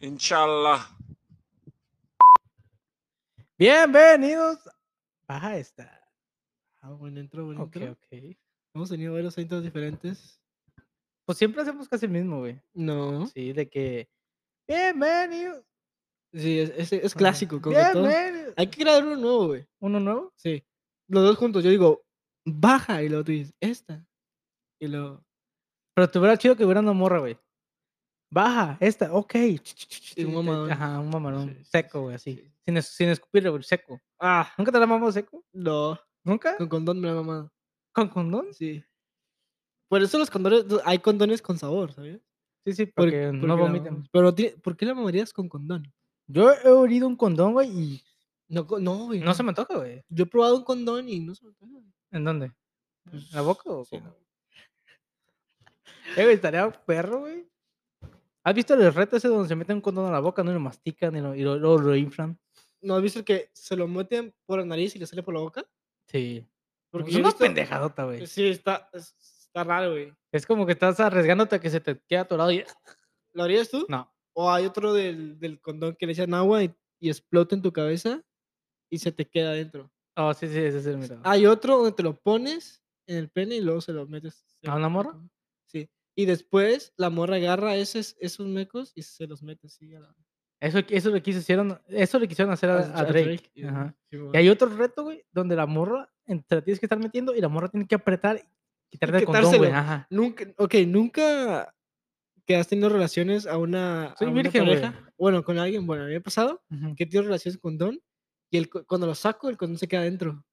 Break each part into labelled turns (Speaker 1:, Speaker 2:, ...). Speaker 1: Inshallah.
Speaker 2: Bienvenidos. Baja esta.
Speaker 3: Ah, buen intro, buen
Speaker 2: Ok,
Speaker 3: intro.
Speaker 2: ok.
Speaker 3: Hemos tenido varios intros diferentes.
Speaker 2: Pues siempre hacemos casi el mismo, güey.
Speaker 3: No. Sí,
Speaker 2: Sí, de que. Bienvenidos.
Speaker 3: es, es-
Speaker 2: Ah.
Speaker 3: es clásico. Como que todo- Ah.
Speaker 2: Bienvenidos.
Speaker 3: Hay que crear uno nuevo, güey.
Speaker 2: ¿Uno nuevo?
Speaker 3: Sí. Los dos juntos. Yo digo, baja. Y luego tú dices, esta. Y luego.
Speaker 2: Pero estuviera chido que hubiera una morra, güey. Baja, esta, ok. ch, ch, ch,
Speaker 3: Sí, un
Speaker 2: ch,
Speaker 3: mamadón.
Speaker 2: Ajá, un mamarón.
Speaker 3: Sí, sí,
Speaker 2: seco,
Speaker 3: sí,
Speaker 2: güey, así.
Speaker 3: sí.
Speaker 2: Sin, es- sin escupirlo, güey, seco.
Speaker 3: Ah,
Speaker 2: ¿Nunca te la mamó seco?
Speaker 3: no.
Speaker 2: ¿Nunca?
Speaker 3: Con condón me la he mamado.
Speaker 2: ¿Con condón?
Speaker 3: Sí. Por eso los condones. Hay condones con sabor, ¿sabías?
Speaker 2: Sí, sí,
Speaker 3: Por-
Speaker 2: porque
Speaker 3: porque
Speaker 2: no
Speaker 3: la
Speaker 2: vomitan.
Speaker 3: mamamos. Pero ti- ¿por qué la mamarías con condón?
Speaker 2: Yo he olido un condón, güey, y
Speaker 3: No, co- no, güey.
Speaker 2: no se me antoja, güey.
Speaker 3: Yo he probado un condón y no se me antoja, güey.
Speaker 2: ¿En dónde? ¿En la boca o
Speaker 3: Sí,
Speaker 2: cómo?
Speaker 3: no.
Speaker 2: Pues Eh, güey, estaría perro, güey. ¿Has visto el reto ese donde se mete un condón a la boca, no y lo mastican y, lo, y lo- luego lo inflan?
Speaker 3: ¿No has visto el que se lo meten por la nariz y le sale por la boca?
Speaker 2: Sí.
Speaker 3: Porque
Speaker 2: es
Speaker 3: yo he
Speaker 2: una
Speaker 3: visto-
Speaker 2: pendejadota, güey.
Speaker 3: Sí, está, es- está raro, güey.
Speaker 2: Es como que estás arriesgándote a que se te quede atorado y...
Speaker 3: ¿Lo harías tú?
Speaker 2: No.
Speaker 3: ¿O hay otro del, del condón que le echan agua y, y explota en tu cabeza y se te queda adentro?
Speaker 2: Oh, sí, sí, ese es el mirado.
Speaker 3: Hay otro donde te lo pones en el pene y luego se lo metes. se
Speaker 2: ¿A
Speaker 3: lo
Speaker 2: una
Speaker 3: metes
Speaker 2: morra?
Speaker 3: acá. Sí. Y después la morra agarra esos, esos mecos y se los mete así a la-
Speaker 2: Eso, eso lo quisieron, eso le quisieron hacer a,
Speaker 3: a-
Speaker 2: Pues, a
Speaker 3: a
Speaker 2: Drake.
Speaker 3: y-
Speaker 2: Ajá.
Speaker 3: sí,
Speaker 2: Y pues hay otro reto, güey, donde la morra en- te la tienes que estar metiendo y la morra tiene que apretar y quitarte el condón, güey.
Speaker 3: quitárselo.
Speaker 2: Ajá.
Speaker 3: Nunca, ok, nunca que has tenido relaciones a una,
Speaker 2: Soy
Speaker 3: a una
Speaker 2: virgen, güey.
Speaker 3: Bueno, con alguien, bueno, a mí me ha pasado
Speaker 2: Ujú.
Speaker 3: que he tenido relaciones con condón y el, co- cuando lo saco, el condón se queda adentro.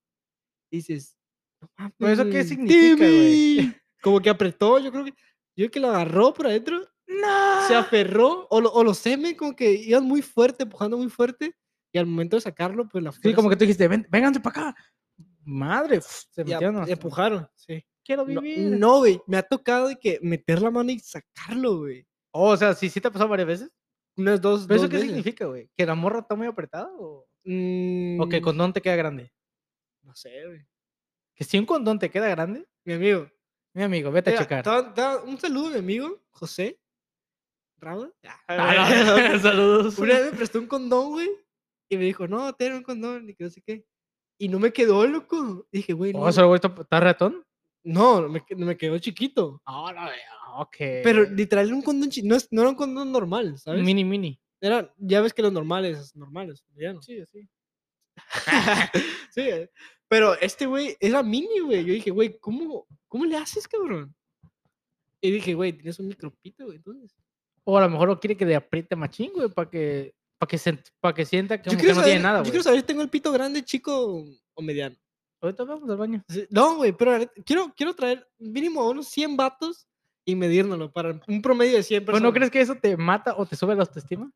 Speaker 3: Y dices, "No
Speaker 2: ¿Pero eso qué
Speaker 3: mames,
Speaker 2: significa, güey?
Speaker 3: Timmy". Como que apretó, yo creo que, yo creo que lo agarró por adentro, se
Speaker 2: ¡No!
Speaker 3: aferró, o, lo, o los semen como que iban muy fuerte, empujando muy fuerte, y al momento de sacarlo, pues la
Speaker 2: Sí, como
Speaker 3: fuerza-
Speaker 2: que tú dijiste, "Ven- vénganse para acá. Madre, se
Speaker 3: y ap-
Speaker 2: metieron. hasta-
Speaker 3: empujaron, sí.
Speaker 2: Quiero
Speaker 3: No,
Speaker 2: vivir.
Speaker 3: no, güey, me ha tocado de que meter la mano y sacarlo, güey.
Speaker 2: Oh, o sea, sí, sí te ha pasado varias veces.
Speaker 3: Unas dos,
Speaker 2: ¿Pero eso
Speaker 3: dos
Speaker 2: qué
Speaker 3: veces.
Speaker 2: significa, güey? ¿Que la morra está muy apretada o, o que el
Speaker 3: Mm,
Speaker 2: condón te queda grande?
Speaker 3: No sé, güey.
Speaker 2: Que si un condón te queda grande,
Speaker 3: Mi amigo.
Speaker 2: mi amigo, vete
Speaker 3: mira,
Speaker 2: a checar.
Speaker 3: ta- ta- un saludo a mi amigo, José. Raúl.
Speaker 2: Ah, no. Saludos.
Speaker 3: Una vez me prestó un condón, güey. Y me dijo, no, ten un condón, y que no sé qué. Y no me quedó, loco. Dije, güey, no.
Speaker 2: Oh, ese güey está- está ratón.
Speaker 3: No, no me, que- me quedó chiquito.
Speaker 2: Ahora veo, ok.
Speaker 3: Pero literal era un condón chi- no, es- no era un condón normal, ¿sabes?
Speaker 2: Mini, mini.
Speaker 3: Era, ya ves que los normales, normales, ya no.
Speaker 2: Sí, sí.
Speaker 3: Sí, eh, pero este güey era mini, güey. Yo dije, güey, ¿cómo, ¿cómo le haces, cabrón? Y dije, güey, tienes un micropito, güey, entonces.
Speaker 2: O a lo mejor lo quiere que le apriete machín, güey, para que, para que, se- pa' que sienta que,
Speaker 3: Yo
Speaker 2: como que
Speaker 3: quiero,
Speaker 2: no
Speaker 3: saber,
Speaker 2: tiene nada,
Speaker 3: yo
Speaker 2: güey.
Speaker 3: quiero saber si tengo el pito grande, chico o mediano.
Speaker 2: Ahorita vamos al baño.
Speaker 3: Sí, No, güey, pero la neta, quiero, quiero traer mínimo a unos 100 vatos y medírnoslo para un promedio de 100
Speaker 2: ¿Pero
Speaker 3: personas.
Speaker 2: Pues, no crees que eso te mata o te sube la autoestima?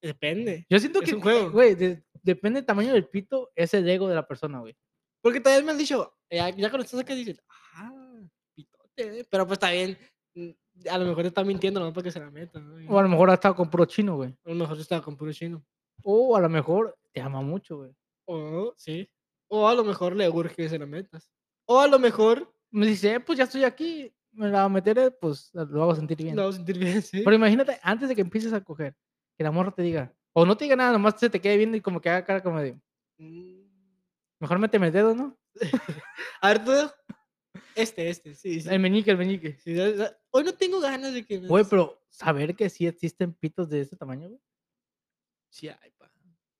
Speaker 3: Depende.
Speaker 2: Yo siento
Speaker 3: Es
Speaker 2: que,
Speaker 3: un juego.
Speaker 2: güey, de- depende del tamaño del pito, es el ego de la persona, güey.
Speaker 3: Porque también me han dicho, eh, ya, ya cuando estás acá dices, ah, pitote, eh", pero pues está bien. mm, A lo mejor está mintiendo, no porque se la meta. ¿no? Y
Speaker 2: O a lo mejor ha estado con puro chino, güey.
Speaker 3: A lo mejor estaba con puro chino.
Speaker 2: O a lo mejor te ama mucho, güey.
Speaker 3: O, sí. O a lo mejor le urge que se la metas. O a lo mejor
Speaker 2: Me dice, eh, pues ya estoy aquí, me la meteré, pues lo hago sentir bien.
Speaker 3: la va a sentir bien, sí.
Speaker 2: Pero imagínate, antes de que empieces a coger, que la morra te diga, o no te diga nada, nomás se te quede viendo y como que haga cara como de,
Speaker 3: Mm.
Speaker 2: mejor méteme el dedo, ¿no?
Speaker 3: A ver, tú. Este, este, sí. sí,
Speaker 2: El meñique, el meñique.
Speaker 3: sí, ya- ya- Hoy no tengo ganas de que. me
Speaker 2: Güey,
Speaker 3: des-
Speaker 2: pero saber que sí existen pitos de ese tamaño, güey.
Speaker 3: Sí, ay, pa.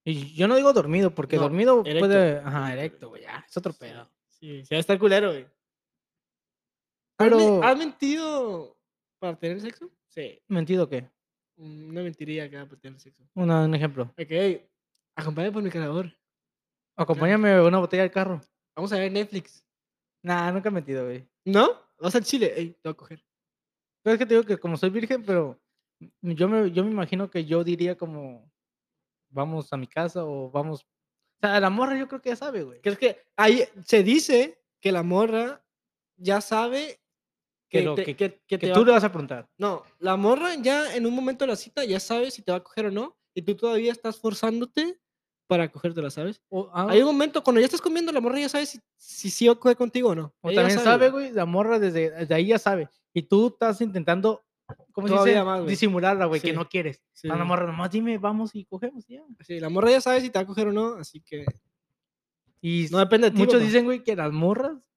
Speaker 2: Y yo no digo dormido, porque
Speaker 3: No,
Speaker 2: dormido
Speaker 3: erecto,
Speaker 2: puede. Ajá, erecto, güey, ya, es otro pedo.
Speaker 3: Sí, sí, está culero, güey. ¿Has me-
Speaker 2: Pero.
Speaker 3: ¿Has mentido para tener sexo? Sí.
Speaker 2: ¿Mentido qué?
Speaker 3: Una mentiría acá para tener sexo.
Speaker 2: Una- un ejemplo.
Speaker 3: Ok, acompáñame por mi cargador.
Speaker 2: Acompáñame una botella al carro.
Speaker 3: Vamos a ver Netflix.
Speaker 2: Nah, nunca he mentido, güey.
Speaker 3: ¿No? Vas al Chile. Ey, te voy a coger.
Speaker 2: Pero es que te digo que como soy virgen, pero m- yo me, yo me imagino que yo diría como vamos a mi casa o vamos. O sea, la morra yo creo que ya sabe, güey.
Speaker 3: ¿Crees que ahí se dice que la morra ya sabe
Speaker 2: Que
Speaker 3: que,
Speaker 2: lo-
Speaker 3: te-
Speaker 2: que-
Speaker 3: que- que te
Speaker 2: Que
Speaker 3: va
Speaker 2: tú
Speaker 3: a
Speaker 2: le vas a preguntar.
Speaker 3: No, la morra ya en un momento de la cita ya sabe si te va a coger o no. Y tú todavía estás forzándote para cogértela, ¿sabes?
Speaker 2: O, ah,
Speaker 3: Hay un momento, cuando ya estás comiendo, la morra ya sabe si, si sí va a coger contigo o no.
Speaker 2: o
Speaker 3: Ella ya
Speaker 2: también sabe,
Speaker 3: güey.
Speaker 2: güey, la morra desde, desde ahí ya sabe. Y tú estás intentando ¿cómo se
Speaker 3: Todavía
Speaker 2: dice?
Speaker 3: más, güey.
Speaker 2: Disimularla, güey,
Speaker 3: Sí.
Speaker 2: que no quieres.
Speaker 3: Sí.
Speaker 2: A la morra, nomás dime, vamos y cogemos, y ya.
Speaker 3: Sí, la morra ya sabe si te va a coger o no, así que
Speaker 2: Y
Speaker 3: no depende de ti.
Speaker 2: muchos
Speaker 3: papá.
Speaker 2: dicen, güey, que las morras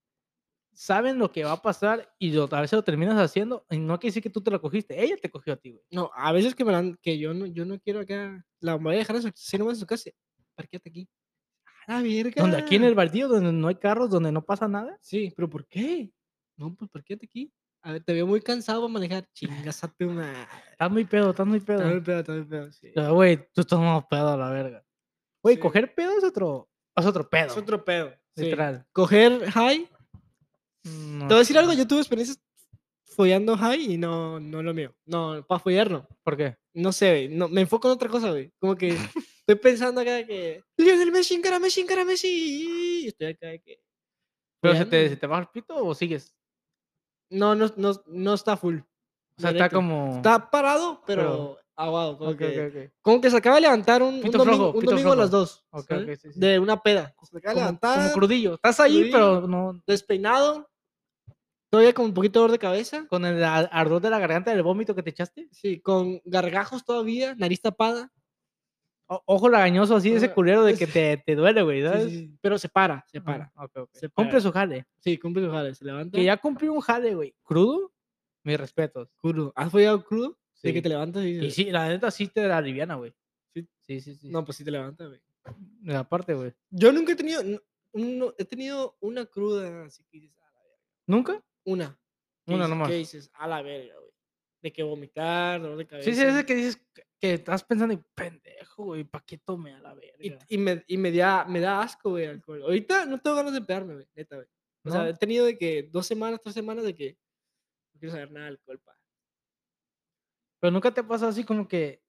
Speaker 2: saben lo que va a pasar y lo- a veces lo terminas haciendo y no quiere decir que tú te la cogiste, ella te cogió a ti, güey.
Speaker 3: No, a veces que me la han- que yo no, yo no quiero acá. La voy a dejar así así nomás en su casa. Parquéate aquí. A la verga.
Speaker 2: Donde aquí en el baldío, donde no hay carros, donde no pasa nada.
Speaker 3: Sí, pero ¿por qué? No, pues parquéate aquí. A ver, te veo muy cansado para manejar. Chingas a tu madre.
Speaker 2: Estás muy pedo, estás muy pedo.
Speaker 3: Está muy pedo, está muy pedo, sí.
Speaker 2: Ah, Güey, tú estás más pedo a la verga. Güey,
Speaker 3: Sí.
Speaker 2: coger pedo es otro, es otro pedo.
Speaker 3: Es otro pedo. sí.
Speaker 2: Literal.
Speaker 3: Coger high.
Speaker 2: No
Speaker 3: Te voy a decir
Speaker 2: sé.
Speaker 3: algo, yo tuve experiencias follando high y no, no es lo mío. No, para follar no.
Speaker 2: ¿Por qué?
Speaker 3: No sé, güey, no, me enfoco en otra cosa, güey. Como que estoy pensando acá que. Lionel Messi, encara Messi, encara Messi. Y estoy acá de que.
Speaker 2: ¿Pero se
Speaker 3: follando,
Speaker 2: te,
Speaker 3: güey.
Speaker 2: se te baja el pito o sigues?
Speaker 3: No, no, no, no está full.
Speaker 2: O sea,
Speaker 3: no
Speaker 2: está
Speaker 3: erecto.
Speaker 2: como...
Speaker 3: Está parado, pero,
Speaker 2: pero-
Speaker 3: aguado. Como,
Speaker 2: Ok,
Speaker 3: que,
Speaker 2: ok, ok.
Speaker 3: como que se acaba de levantar un, un
Speaker 2: Pito
Speaker 3: domingo,
Speaker 2: flojo,
Speaker 3: un
Speaker 2: pito
Speaker 3: domingo a las
Speaker 2: flojo.
Speaker 3: dos.
Speaker 2: Ok, ok,
Speaker 3: ¿sabes?
Speaker 2: sí, sí.
Speaker 3: De una peda. Se acaba
Speaker 2: Como,
Speaker 3: de
Speaker 2: como
Speaker 3: levantar,
Speaker 2: crudillo. Estás ahí, pero
Speaker 3: crudillo.
Speaker 2: no...
Speaker 3: despeinado, todavía con un poquito de dolor de cabeza.
Speaker 2: Con el a- ardor de la garganta del vómito que te echaste.
Speaker 3: Sí, con gargajos todavía, nariz tapada.
Speaker 2: O- ojo lagañoso así de ese
Speaker 3: Ah,
Speaker 2: culero de que
Speaker 3: sí.
Speaker 2: te, te duele, güey,
Speaker 3: Sí, sí,
Speaker 2: ¿sabes?
Speaker 3: sí, Pero se para, se
Speaker 2: Ah,
Speaker 3: para.
Speaker 2: ok, ok.
Speaker 3: Se
Speaker 2: Cumple
Speaker 3: para.
Speaker 2: su jale.
Speaker 3: Sí, cumple su jale, se levanta.
Speaker 2: Que ya cumplí un jale, güey. ¿Crudo? Mis respetos.
Speaker 3: Crudo. ¿Has follado crudo? De que
Speaker 2: Sí.
Speaker 3: te levantas y
Speaker 2: Y
Speaker 3: dices,
Speaker 2: sí, la neta sí te la aliviana, güey.
Speaker 3: Sí.
Speaker 2: Sí, sí, sí.
Speaker 3: No, pues sí te levantas, güey.
Speaker 2: Aparte, güey.
Speaker 3: Yo nunca he tenido, n- no, he tenido una cruda, así que dices, "A la verga".
Speaker 2: ¿Nunca?
Speaker 3: una. que
Speaker 2: Una
Speaker 3: dices-
Speaker 2: nomás.
Speaker 3: Que dices, a la verga, güey. De que vomitar, dolor de cabeza.
Speaker 2: Sí, sí, es que dices que- que estás pensando y pendejo, güey, ¿para qué tome a la verga?
Speaker 3: Y, y me, y me, da, me da asco, güey, el alcohol. Ahorita no tengo ganas de pegarme, güey, neta, güey. O sea,
Speaker 2: ¿No?
Speaker 3: he tenido de que dos semanas, tres semanas de que no quiero saber nada de alcohol, pa.
Speaker 2: Pero nunca te ha pasado así como que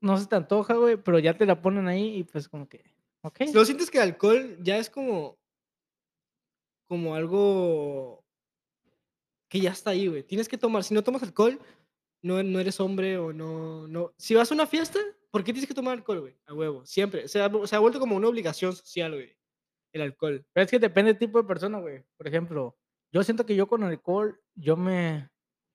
Speaker 2: no se te antoja, güey, pero ya te la ponen ahí y pues como que, ok.
Speaker 3: ¿No sientes que el alcohol ya es como. como algo. que ya está ahí, güey? Tienes que tomar. Si no tomas alcohol, no, no eres hombre o no, no. Si vas a una fiesta, ¿por qué tienes que tomar alcohol, güey? A huevo, siempre. Se ha, vu- se ha vuelto como una obligación social, güey. El alcohol.
Speaker 2: Pero es que depende del tipo de persona, güey. Por ejemplo, yo siento que yo con alcohol, yo me,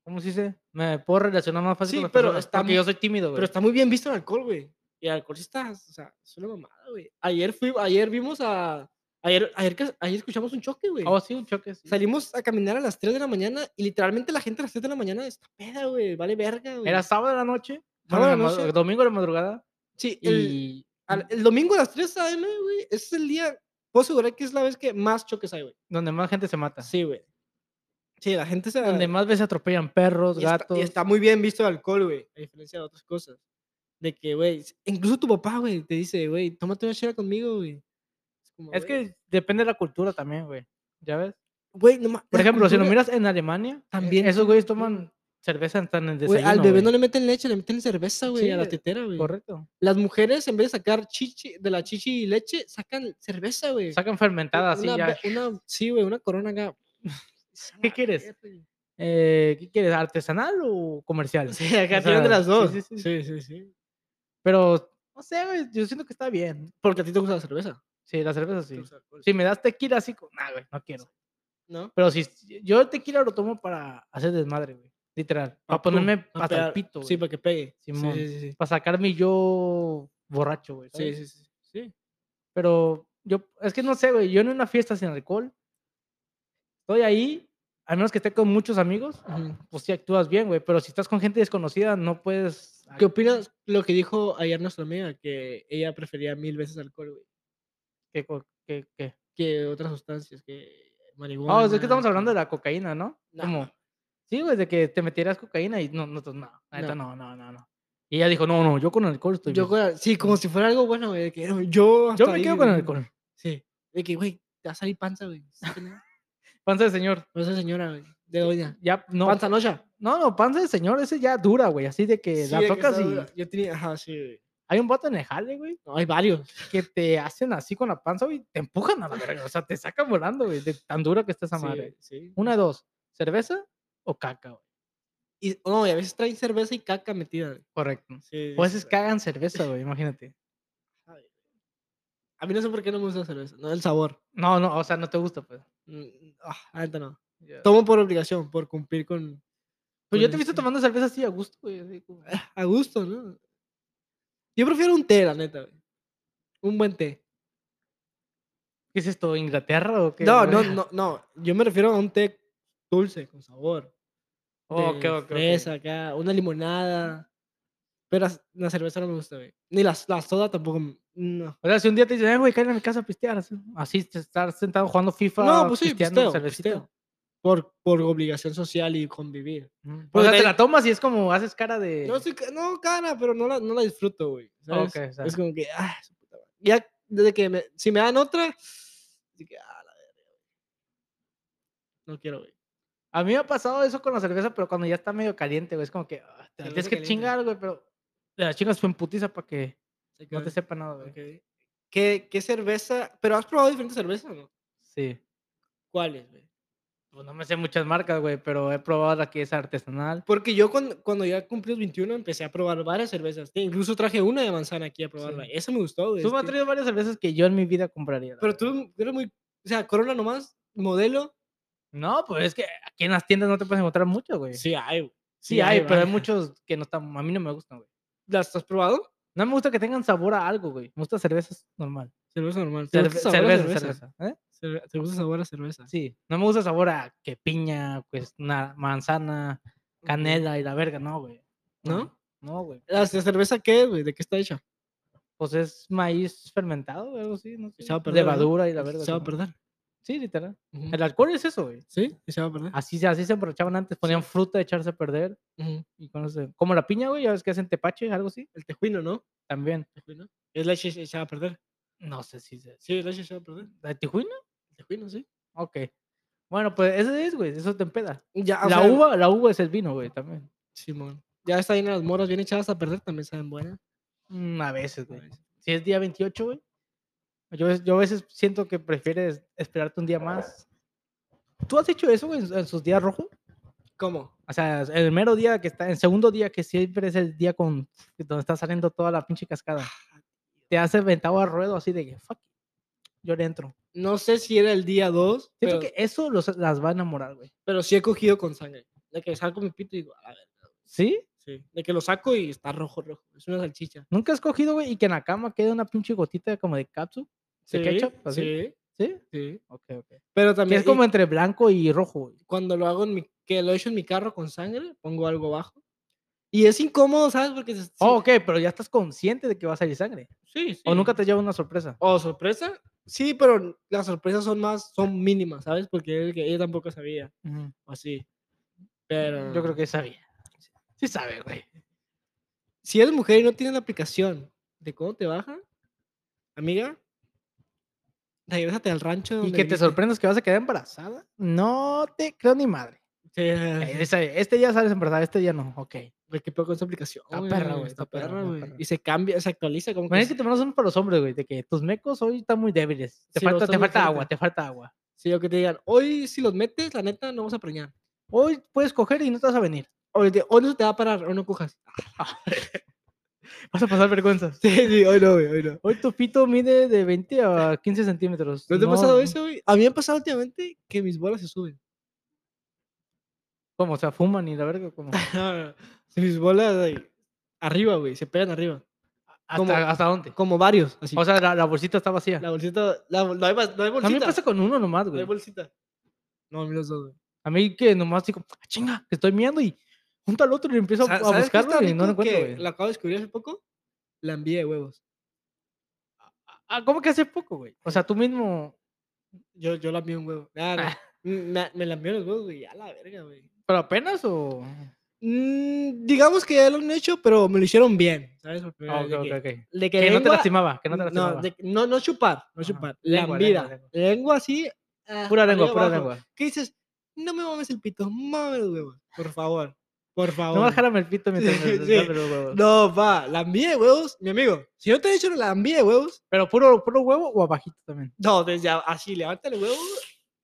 Speaker 2: ¿cómo se dice? Me puedo relacionar más fácil
Speaker 3: Sí,
Speaker 2: con las
Speaker 3: pero
Speaker 2: personas,
Speaker 3: está
Speaker 2: porque
Speaker 3: mu-
Speaker 2: yo soy tímido, güey.
Speaker 3: Pero está muy bien visto el alcohol, güey. Y el alcohol sí está. O sea, es una mamada, güey. Ayer, fui, ayer vimos a. Ayer, ayer, que- ayer escuchamos un choque, güey.
Speaker 2: Oh, sí, un choque, sí.
Speaker 3: Salimos a caminar a las 3 de la mañana y literalmente la gente a las 3 de la mañana está peda, güey. Vale verga, güey.
Speaker 2: Era sábado de la noche,
Speaker 3: Sábado de
Speaker 2: bueno,
Speaker 3: la
Speaker 2: la madru-
Speaker 3: noche.
Speaker 2: domingo de la madrugada,
Speaker 3: Sí, el,
Speaker 2: y...
Speaker 3: al- el domingo a las 3 a.m., güey. Ese es el día. Puedo asegurar que es la vez que más choques hay, güey.
Speaker 2: donde más gente se mata.
Speaker 3: Sí, güey. Sí, la gente se.
Speaker 2: Donde más veces atropellan perros,
Speaker 3: y, está,
Speaker 2: gatos.
Speaker 3: y está muy bien visto el alcohol, güey. A diferencia de otras cosas. De que, güey. s- Incluso tu papá, güey, te dice, güey, tómate una chela conmigo, güey. Es, como,
Speaker 2: Es
Speaker 3: güey,
Speaker 2: que depende de la cultura también, güey. ¿Ya ves?
Speaker 3: Güey, no ma-
Speaker 2: Por
Speaker 3: la
Speaker 2: ejemplo, si lo
Speaker 3: cultura-
Speaker 2: miras en Alemania,
Speaker 3: También
Speaker 2: también esos
Speaker 3: tiene
Speaker 2: güeyes
Speaker 3: cultura.
Speaker 2: toman cerveza hasta en el
Speaker 3: güey,
Speaker 2: desayuno.
Speaker 3: al bebé no
Speaker 2: güey.
Speaker 3: le meten leche, le meten cerveza, güey,
Speaker 2: Sí, eh,
Speaker 3: a la
Speaker 2: güey,
Speaker 3: tetera, güey.
Speaker 2: Correcto.
Speaker 3: las mujeres en vez de sacar chichi de la chichi y leche sacan cerveza güey
Speaker 2: Sacan
Speaker 3: Un-
Speaker 2: fermentada así
Speaker 3: una,
Speaker 2: ya.
Speaker 3: be- una- sí güey una corona acá
Speaker 2: ¿Qué quieres? Eh, ¿Qué quieres? ¿Artesanal o comercial?
Speaker 3: sí acá
Speaker 2: O
Speaker 3: tienen de
Speaker 2: sea,
Speaker 3: las dos
Speaker 2: sí,
Speaker 3: sí
Speaker 2: sí,
Speaker 3: sí
Speaker 2: sí.
Speaker 3: sí,
Speaker 2: Pero, no sé, güey. Yo siento que está bien.
Speaker 3: porque a ti te gusta la cerveza
Speaker 2: Sí, la cerveza
Speaker 3: te
Speaker 2: sí.
Speaker 3: gusta el alcohol,
Speaker 2: Si me das tequila así, co- nah, güey, no quiero.
Speaker 3: no
Speaker 2: Pero si yo el tequila lo tomo para hacer desmadre, güey. Literal. Para
Speaker 3: Pa' Ah, pum,
Speaker 2: ponerme
Speaker 3: pa'
Speaker 2: hasta el
Speaker 3: pegar,
Speaker 2: pito,
Speaker 3: sí
Speaker 2: güey.
Speaker 3: para que pegue sí
Speaker 2: Simón.
Speaker 3: sí sí sí
Speaker 2: Para sacar mi yo borracho, güey.
Speaker 3: sí,
Speaker 2: ¿sabes?
Speaker 3: sí, sí, sí.
Speaker 2: Pero yo, es que no sé, güey, yo en una fiesta sin alcohol, estoy ahí, a menos que esté con muchos amigos,
Speaker 3: Ujú.
Speaker 2: pues sí actúas bien, güey, pero si estás con gente desconocida, no puedes...
Speaker 3: ¿Qué
Speaker 2: ac-
Speaker 3: opinas lo que dijo ayer nuestra amiga? Que ella prefería mil veces alcohol, güey,
Speaker 2: que co- que- que-
Speaker 3: que otras sustancias, que marihuana.
Speaker 2: Ah, o sea, es que estamos hablando de la cocaína, ¿no?
Speaker 3: No.
Speaker 2: Como, sí, güey, de que te metieras cocaína y no, no, pues, no, no, la neta,
Speaker 3: No.
Speaker 2: no, no, no, no. Y ella dijo, no, no, yo con alcohol estoy
Speaker 3: Yo,
Speaker 2: bien.
Speaker 3: con- sí, como si fuera algo bueno, güey. de que, no, Yo,
Speaker 2: Yo
Speaker 3: hasta
Speaker 2: me
Speaker 3: ahí,
Speaker 2: quedo con
Speaker 3: güey,
Speaker 2: alcohol.
Speaker 3: Sí. De que, güey, te va a salir panza, güey. sí que no.
Speaker 2: Panza de señor.
Speaker 3: No sé, señora, güey. De doña.
Speaker 2: Ya, no.
Speaker 3: Panza nocha.
Speaker 2: No, no, panza de señor, ese ya dura, güey, así de que
Speaker 3: Sí,
Speaker 2: la
Speaker 3: de que
Speaker 2: tocas
Speaker 3: está
Speaker 2: y...
Speaker 3: dura. Yo tenía. Ajá, sí, güey.
Speaker 2: Hay un vato en el jale, güey.
Speaker 3: No, hay varios.
Speaker 2: que te hacen así con la panza, güey, te empujan a la verga, o sea, te sacan volando, güey, de tan dura que está esa
Speaker 3: Sí,
Speaker 2: madre.
Speaker 3: güey, sí.
Speaker 2: Una de dos, cerveza o caca, güey.
Speaker 3: Y, no, y a veces traen cerveza y caca metida, güey.
Speaker 2: Correcto.
Speaker 3: Sí,
Speaker 2: O a
Speaker 3: sí,
Speaker 2: veces
Speaker 3: sí.
Speaker 2: cagan cerveza, güey, imagínate.
Speaker 3: A mí no sé por qué no me gusta la cerveza. No, el sabor.
Speaker 2: No, no, o sea, no te gusta, pues.
Speaker 3: Mm, Ah, la neta no.
Speaker 2: Ya.
Speaker 3: Tomo por obligación, por cumplir con.
Speaker 2: Pues yo
Speaker 3: con
Speaker 2: te he visto
Speaker 3: este-
Speaker 2: tomando cerveza así a gusto, güey. así como-
Speaker 3: A gusto, ¿no? Yo prefiero un té, la neta, güey. Un buen té.
Speaker 2: ¿Qué es esto? ¿Inglaterra o qué?
Speaker 3: No,
Speaker 2: güey?
Speaker 3: no, no, no. Yo me refiero a un té dulce, con sabor.
Speaker 2: Oh,
Speaker 3: de
Speaker 2: ok, ok, ok.
Speaker 3: fresa acá, una limonada. Pero as- la cerveza no me gusta, güey. Ni la, la soda tampoco. m- No.
Speaker 2: O sea, si un día te dicen, "Eh, güey, cállate a mi casa a pistear, así, así te estar sentado jugando FIFA,
Speaker 3: No, pues sí,
Speaker 2: pisteando
Speaker 3: pisteo,
Speaker 2: cervecita.
Speaker 3: pisteo. Por, por obligación social y convivir.
Speaker 2: Mm. O
Speaker 3: Porque
Speaker 2: sea, te
Speaker 3: te-
Speaker 2: la tomas y es como haces cara de.
Speaker 3: No, soy ca- no cara, pero no la, no la disfruto, güey. ¿sabes?
Speaker 2: Ok, o sea,
Speaker 3: Es como que, ah, su puta madre. Ya, desde que me- si me dan otra, así que, ah, la verga, güey. No quiero, güey.
Speaker 2: A mí me ha pasado eso con la cerveza, pero cuando ya está medio caliente, güey, es como que ah, te
Speaker 3: Te
Speaker 2: la tienes
Speaker 3: la hace
Speaker 2: que
Speaker 3: caliente.
Speaker 2: chingar, güey, pero te la chingas fue en putiza para que
Speaker 3: Se
Speaker 2: no te
Speaker 3: quedan-
Speaker 2: sepa nada, güey.
Speaker 3: ok. ¿Qué, ¿Qué cerveza? ¿Pero has probado diferentes cervezas o no?
Speaker 2: Sí.
Speaker 3: ¿Cuáles, güey?
Speaker 2: Pues no me sé muchas marcas, güey, pero he probado la que es artesanal.
Speaker 3: Porque yo cuando, cuando ya cumplí los 21 empecé a probar varias cervezas. Te- Incluso traje una de manzana aquí a probarla.
Speaker 2: Sí.
Speaker 3: Esa me gustó, güey.
Speaker 2: Tú me has
Speaker 3: este-
Speaker 2: traído varias cervezas que yo en mi vida compraría. la
Speaker 3: Pero
Speaker 2: verdad.
Speaker 3: tú eres muy... O sea, Corona nomás, modelo.
Speaker 2: No, pues es que aquí en las tiendas no te puedes encontrar mucho, güey. Sí,
Speaker 3: Sí hay, güey.
Speaker 2: hay, pero hay
Speaker 3: varias.
Speaker 2: muchos que no están. A mí no me gustan, güey.
Speaker 3: ¿Las has probado?
Speaker 2: No me gusta que tengan sabor a algo, güey. Me gusta cervezas normal.
Speaker 3: Cerveza normal.
Speaker 2: Cerve-
Speaker 3: gusta sabor a
Speaker 2: cerveza, cerveza. Ah. ¿eh?
Speaker 3: Cerve- ¿Te gusta sabor a cerveza?
Speaker 2: Sí, no me gusta sabor a que piña, pues na- manzana,
Speaker 3: Ok.
Speaker 2: canela y la verga, no, güey.
Speaker 3: ¿No?
Speaker 2: No, güey.
Speaker 3: ¿La ce- cerveza qué, güey? ¿De qué está hecha?
Speaker 2: Pues es maíz fermentado, algo así, no sé.
Speaker 3: Se va a perder, ¿no?
Speaker 2: Levadura y la verga.
Speaker 3: Se va a
Speaker 2: sí.
Speaker 3: perder.
Speaker 2: Sí, literal.
Speaker 3: Ujú.
Speaker 2: El alcohol es eso, güey.
Speaker 3: ¿Sí? Se va a perder.
Speaker 2: Así, se- así se emborrachaban antes, ponían fruta, echarse a perder.
Speaker 3: Ujú.
Speaker 2: Y con eso- Como la piña, güey, ya ves que hacen tepache, algo así.
Speaker 3: El tejuino, ¿no?
Speaker 2: También.
Speaker 3: Tejuino. Es leche se se va a perder.
Speaker 2: No sé si se.
Speaker 3: Sí, es leche se va a perder.
Speaker 2: ¿La tijuina?
Speaker 3: El tejuino, sí.
Speaker 2: Ok. Bueno, pues ese es, güey. Eso te empeda.
Speaker 3: Ya, Ah, o
Speaker 2: La
Speaker 3: sea,
Speaker 2: uva, la uva es el vino, güey, también.
Speaker 3: Simón. Ya está ahí en las moras bien echadas a perder, también saben buenas.
Speaker 2: Mm, a veces, güey.
Speaker 3: veces.
Speaker 2: Si es día 28, güey. Yo, a veces- yo a veces siento que prefieres esperarte un día más. ¿Tú has hecho eso güey, en, en sus días rojos?
Speaker 3: ¿Cómo?
Speaker 2: O sea, el mero día que está, el segundo día que siempre es el día con donde está saliendo toda la pinche cascada. Te has aventado al ruedo así de que, fuck, it, yo le entro.
Speaker 3: No sé si era el día 2,
Speaker 2: Siento
Speaker 3: pero,
Speaker 2: que eso los, las va a enamorar, güey.
Speaker 3: pero sí he cogido con sangre. De que saco mi pito y digo, a ver,
Speaker 2: ¿Sí?
Speaker 3: sí. De que lo saco y está rojo, rojo. Es una salchicha.
Speaker 2: ¿Nunca has cogido, güey, y que en la cama quede una pinche gotita como de capsu? ¿De
Speaker 3: Sí,
Speaker 2: ketchup? ¿Así?
Speaker 3: Sí,
Speaker 2: ¿Sí?
Speaker 3: sí.
Speaker 2: Ok, ok.
Speaker 3: Pero
Speaker 2: Que
Speaker 3: también
Speaker 2: es
Speaker 3: y
Speaker 2: como entre blanco y rojo, güey.
Speaker 3: cuando lo hago en mi, que lo echo en mi carro con sangre, pongo algo abajo. Y es incómodo, ¿sabes? Porque se- sí,
Speaker 2: Oh, ok, pero ya estás consciente de que va a salir sangre.
Speaker 3: sí,
Speaker 2: O
Speaker 3: sí.
Speaker 2: nunca te lleva una sorpresa.
Speaker 3: O sorpresa. Sí, pero las sorpresas son más, son mínimas, ¿sabes? Porque él, que ella tampoco sabía, o así. Pero...
Speaker 2: Yo creo que sabía. Sí sabe, güey.
Speaker 3: si eres mujer y no tienes la aplicación de cómo te baja, amiga, regrésate al rancho.
Speaker 2: Y
Speaker 3: donde
Speaker 2: que te
Speaker 3: viviste.
Speaker 2: sorprendas que vas a quedar embarazada. No te creo ni madre. Eh,
Speaker 3: Sí,
Speaker 2: esa- Este día sales embarazada, este día no. Ok.
Speaker 3: güey, qué pedo con esa aplicación.
Speaker 2: Está perra, güey,
Speaker 3: Está
Speaker 2: está perra,
Speaker 3: perra,
Speaker 2: está
Speaker 3: güey.
Speaker 2: perra.
Speaker 3: Y se cambia, se actualiza. Como que
Speaker 2: Imagínate que te son para los hombres, güey. De que tus mecos hoy están muy débiles. Te
Speaker 3: Sí, o
Speaker 2: falta, te
Speaker 3: estás muy
Speaker 2: falta agua,
Speaker 3: fuerte.
Speaker 2: te falta agua.
Speaker 3: sí, o que te digan, hoy si los metes, la neta, no vas a preñar.
Speaker 2: Hoy puedes coger y no te vas a venir.
Speaker 3: Hoy, te- hoy no se te va a parar, hoy no cojas.
Speaker 2: Vas a pasar vergüenzas.
Speaker 3: Sí, sí, hoy no, güey, hoy no.
Speaker 2: Hoy tu pito mide de 20 a 15 centímetros.
Speaker 3: ¿No te ha pasado eso, güey? A mí me ha pasado últimamente que mis bolas se suben.
Speaker 2: Como, o sea, fuman y la verga, como.
Speaker 3: Si mis bolas, güey, arriba, güey, se pegan arriba. Como-
Speaker 2: ¿Hasta, ¿hasta dónde?
Speaker 3: Como varios, así.
Speaker 2: O sea, la, la bolsita está vacía.
Speaker 3: La bolsita, la bol- no, hay, bas- no hay bolsita.
Speaker 2: A mí me pasa con uno nomás,
Speaker 3: no hay
Speaker 2: güey.
Speaker 3: bolsita. No, a mí los dos, güey.
Speaker 2: A mí que nomás digo, "Ah, chinga, que estoy mirando y junto al otro y empiezo
Speaker 3: Sa-
Speaker 2: a
Speaker 3: ¿sabes qué
Speaker 2: buscarlo
Speaker 3: está
Speaker 2: y no lo
Speaker 3: rico
Speaker 2: encuentro,
Speaker 3: que
Speaker 2: güey.
Speaker 3: Lo acabo de descubrir hace poco. La envié de huevos.
Speaker 2: Ah, ¿Cómo que hace poco, güey? O sea, tú mismo,
Speaker 3: Yo, yo la envié un huevo. Ah, no. Mm, Me, me la envió los huevos, güey. A la verga, güey.
Speaker 2: pero apenas o...
Speaker 3: Mm, digamos que ya lo han hecho, pero me lo hicieron bien. ¿Sabes? Por primera
Speaker 2: Ah, ok,
Speaker 3: vez, de
Speaker 2: ok,
Speaker 3: que-
Speaker 2: ok.
Speaker 3: de que
Speaker 2: Que no te
Speaker 3: lengua-
Speaker 2: lastimaba, que no te lastimaba.
Speaker 3: no, de- no, no chupar, no
Speaker 2: Ajá.
Speaker 3: chupar.
Speaker 2: Lengua,
Speaker 3: la vida.
Speaker 2: lengua,
Speaker 3: Lengua,
Speaker 2: lengua.
Speaker 3: así. ah,
Speaker 2: Pura
Speaker 3: arriba,
Speaker 2: lengua, pura
Speaker 3: abajo.
Speaker 2: lengua.
Speaker 3: ¿Qué dices? No me mames el pito, mames los huevos. Por favor. Por favor.
Speaker 2: No jálame el pito mientras
Speaker 3: Sí,
Speaker 2: me-
Speaker 3: sí.
Speaker 2: dame los huevos.
Speaker 3: No, va, la envié de huevos, mi amigo. Si yo te he dicho la envié de huevos,
Speaker 2: Pero puro, puro huevo o abajito también.
Speaker 3: no, desde a- así, levanta el huevo.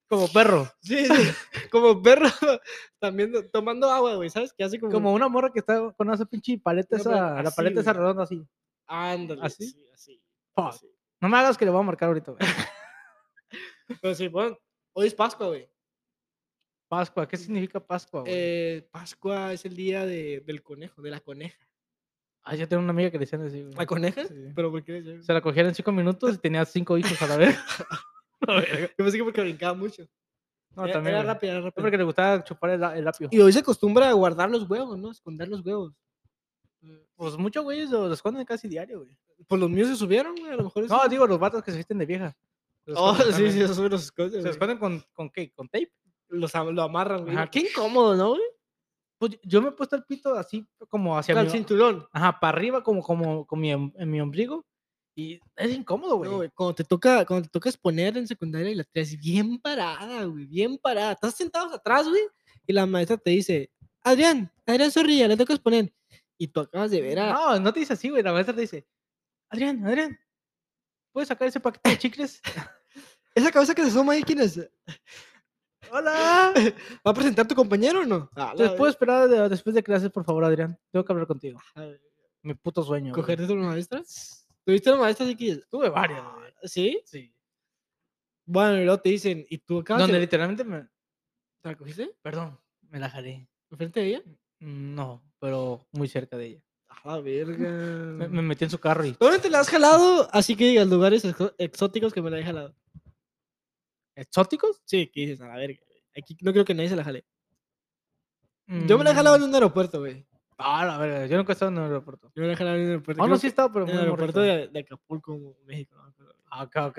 Speaker 2: Como perro.
Speaker 3: Sí, sí, como perro, también do- tomando agua, güey, ¿sabes? Que hace como.
Speaker 2: Como una morra que está con esa pinche paleta
Speaker 3: Una
Speaker 2: esa,
Speaker 3: paleta
Speaker 2: la
Speaker 3: así,
Speaker 2: paleta esa
Speaker 3: güey.
Speaker 2: redonda así.
Speaker 3: Ándale.
Speaker 2: ¿Así? Ah.
Speaker 3: Sí, así.
Speaker 2: Fuck.
Speaker 3: así.
Speaker 2: No me hagas que le voy a marcar ahorita, güey. Ah,
Speaker 3: Pero sí, bueno, hoy es Pascua, güey.
Speaker 2: Pascua, ¿qué significa Pascua, güey?
Speaker 3: Eh, Pascua es el día de- del conejo, de la coneja.
Speaker 2: ah, yo tengo una amiga que le decían así, güey.
Speaker 3: ¿La coneja?
Speaker 2: Sí.
Speaker 3: Pero ¿por qué? le decían?
Speaker 2: Se la cogieron en cinco minutos y tenía cinco hijos a la vez. La verga.
Speaker 3: Yo pensé que porque brincaba mucho.
Speaker 2: no,
Speaker 3: Era-
Speaker 2: también.
Speaker 3: era
Speaker 2: güey.
Speaker 3: rápida, era
Speaker 2: Es
Speaker 3: rápida.
Speaker 2: porque le gustaba chupar el, el apio.
Speaker 3: Y hoy se acostumbra a guardar los huevos, ¿no? Esconder los huevos. Eh,
Speaker 2: Pues muchos güeyes los esconden casi diario, güey.
Speaker 3: Pues los míos se subieron, güey. A lo mejor es.
Speaker 2: No, digo, los vatos que se visten de vieja. Los
Speaker 3: Pues Oh,
Speaker 2: esconden
Speaker 3: sí, sí,
Speaker 2: también.
Speaker 3: se suben los escondes.
Speaker 2: ¿Se
Speaker 3: güey.
Speaker 2: esconden con, con qué? ¿Con tape?
Speaker 3: Los am- lo amarran, güey.
Speaker 2: Ajá.
Speaker 3: Qué incómodo, ¿no, güey?
Speaker 2: Pues yo- yo me he puesto el pito así como hacia
Speaker 3: Al
Speaker 2: mi-
Speaker 3: cinturón.
Speaker 2: Ajá, para arriba, como, como con mi, om- en mi ombligo. Y es incómodo, güey.
Speaker 3: No, güey, cuando te toca, cuando te toca exponer en secundaria y la traes bien parada, güey, bien parada. Estás sentados atrás, güey, y la maestra te dice, Adrián, Adrián Zorrilla, le toca exponer. Y tú acabas de ver a...
Speaker 2: No, no te dice así, güey. La maestra te dice, Adrián, Adrián, ¿puedes sacar ese paquete de chicles?
Speaker 3: Esa cabeza que se asoma ahí, ¿quién es? Ah.
Speaker 2: ¡Hola!
Speaker 3: ¿Va a presentar tu compañero o no? A la
Speaker 2: Entonces, ¿puedo esperar de- después de clases, por favor, Adrián? Tengo que hablar contigo.
Speaker 3: verga.
Speaker 2: Mi puto sueño. güey.
Speaker 3: ¿Cogerte a tu maestra? ¿Tuviste una maestra así que...
Speaker 2: Tuve varias,
Speaker 3: "Ah,
Speaker 2: güey.
Speaker 3: ¿Sí?
Speaker 2: Sí.
Speaker 3: Bueno, y luego te dicen, ¿y tú acabas
Speaker 2: Donde
Speaker 3: de...
Speaker 2: literalmente me...
Speaker 3: ¿Te la cogiste?
Speaker 2: Perdón, me la jalé. Mm,
Speaker 3: ¿Enfrente de ella?
Speaker 2: No, pero muy cerca de ella.
Speaker 3: A la verga.
Speaker 2: Me, me metí en su carro y...
Speaker 3: ¿Dónde te la has jalado? Así que digas, lugares exo- exóticos que me la he jalado.
Speaker 2: ¿Exóticos?
Speaker 3: Sí, que dices, a la verga. güey. Aquí no creo que nadie se la jale. Yo me la he jalado en
Speaker 2: Mm,
Speaker 3: un aeropuerto, güey.
Speaker 2: Ah, la verga. Yo nunca he estado en un aeropuerto.
Speaker 3: Yo me la he jalado en un aeropuerto.
Speaker 2: Aún Ah, no
Speaker 3: creo
Speaker 2: sí he
Speaker 3: que
Speaker 2: estado, pero
Speaker 3: en
Speaker 2: muy
Speaker 3: el aeropuerto
Speaker 2: aeropuerto
Speaker 3: de, de Acapulco, México. no me acuerdo.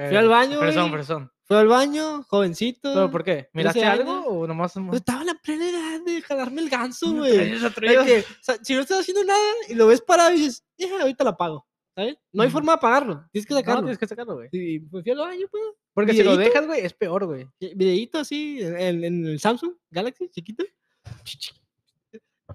Speaker 2: Fui
Speaker 3: al baño,
Speaker 2: Perdón,
Speaker 3: güey.
Speaker 2: perdón.
Speaker 3: Fue al baño, jovencito.
Speaker 2: ¿Pero por qué? ¿Miraste algo
Speaker 3: años.
Speaker 2: o nomás...
Speaker 3: Pues estaba en la plena edad de jalarme el ganso,
Speaker 2: Mm,
Speaker 3: güey.
Speaker 2: traías
Speaker 3: De
Speaker 2: atrevido.
Speaker 3: que, o sea, si no estás haciendo nada y lo ves parado y dices, "Ya, ahorita la pago. ¿Sabes? No hay
Speaker 2: Ujú.
Speaker 3: forma de pagarlo. Tienes
Speaker 2: Mm.
Speaker 3: que
Speaker 2: No,
Speaker 3: sacarlo.
Speaker 2: tienes que sacarlo, güey.
Speaker 3: Y pues fui al baño, pues.
Speaker 2: Porque si lo
Speaker 3: ¿Videíto?
Speaker 2: dejas, güey, es peor, güey.
Speaker 3: vi- eh, videíto así en, en- en el Samsung Galaxy, chiquito.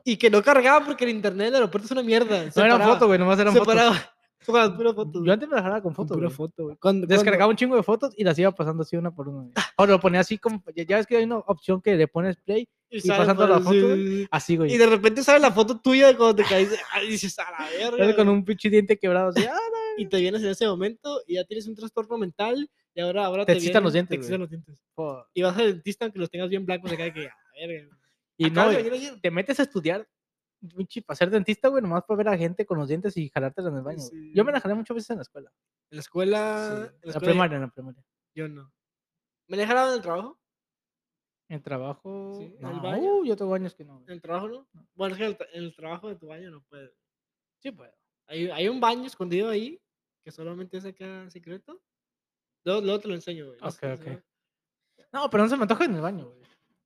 Speaker 3: Y que no cargaba porque el internet del aeropuerto es una mierda.
Speaker 2: No eran fotos, güey, nomás eran
Speaker 3: Se
Speaker 2: fotos.
Speaker 3: paraba. Con las puras fotos.
Speaker 2: Yo antes me la jalaba con
Speaker 3: Con
Speaker 2: fotos,
Speaker 3: pura
Speaker 2: güey.
Speaker 3: foto, güey. Cuando- cuando-
Speaker 2: Descargaba un chingo de fotos y las iba pasando así una por una. güey. O lo ponía así como... Ya ya ves que hay una opción que le pones play. y
Speaker 3: sale
Speaker 2: pasando
Speaker 3: por
Speaker 2: la
Speaker 3: el-
Speaker 2: foto,
Speaker 3: sí,
Speaker 2: güey.
Speaker 3: sí, sí.
Speaker 2: Así, güey.
Speaker 3: Y de repente sale la foto tuya de cuando te caíste. ah, Y dices, a la
Speaker 2: Sale
Speaker 3: verga.
Speaker 2: con un pinche diente quebrado así. ¡Ah, no!
Speaker 3: Y te vienes en ese momento y ya tienes un trastorno mental. Y ahora, ahora
Speaker 2: Te excitan los
Speaker 3: vienen-
Speaker 2: dientes,
Speaker 3: Te
Speaker 2: güey.
Speaker 3: excitan los dientes.
Speaker 2: po".
Speaker 3: Y vas al dentista aunque los tengas bien blancos. Acá de que, a la verga.
Speaker 2: Y
Speaker 3: Acabas
Speaker 2: no,
Speaker 3: de
Speaker 2: y
Speaker 3: venir ayer.
Speaker 2: te metes a estudiar, pinche, para ser dentista, güey, nomás para ver a gente con los dientes y jalártela en el baño. güey. Yo me la jalé muchas veces en la escuela.
Speaker 3: En la escuela.
Speaker 2: Sí,
Speaker 3: en la
Speaker 2: la
Speaker 3: escuela
Speaker 2: primaria, Ah, en la primaria.
Speaker 3: Yo no. ¿Me la he jalado en el trabajo?
Speaker 2: En trabajo.
Speaker 3: Sí, en el
Speaker 2: no,
Speaker 3: baño.
Speaker 2: yo tengo años que no.
Speaker 3: ¿En
Speaker 2: güey.
Speaker 3: el trabajo no? Bueno, es que en el tra- en el trabajo de tu baño no puedes.
Speaker 2: Sí, pues.
Speaker 3: Hay, hay un baño escondido ahí que solamente es acá secreto. Luego, luego te lo enseño, güey. luego
Speaker 2: Ok,
Speaker 3: te lo
Speaker 2: ok.
Speaker 3: enseño.
Speaker 2: No, pero no se me antoja en el baño, güey.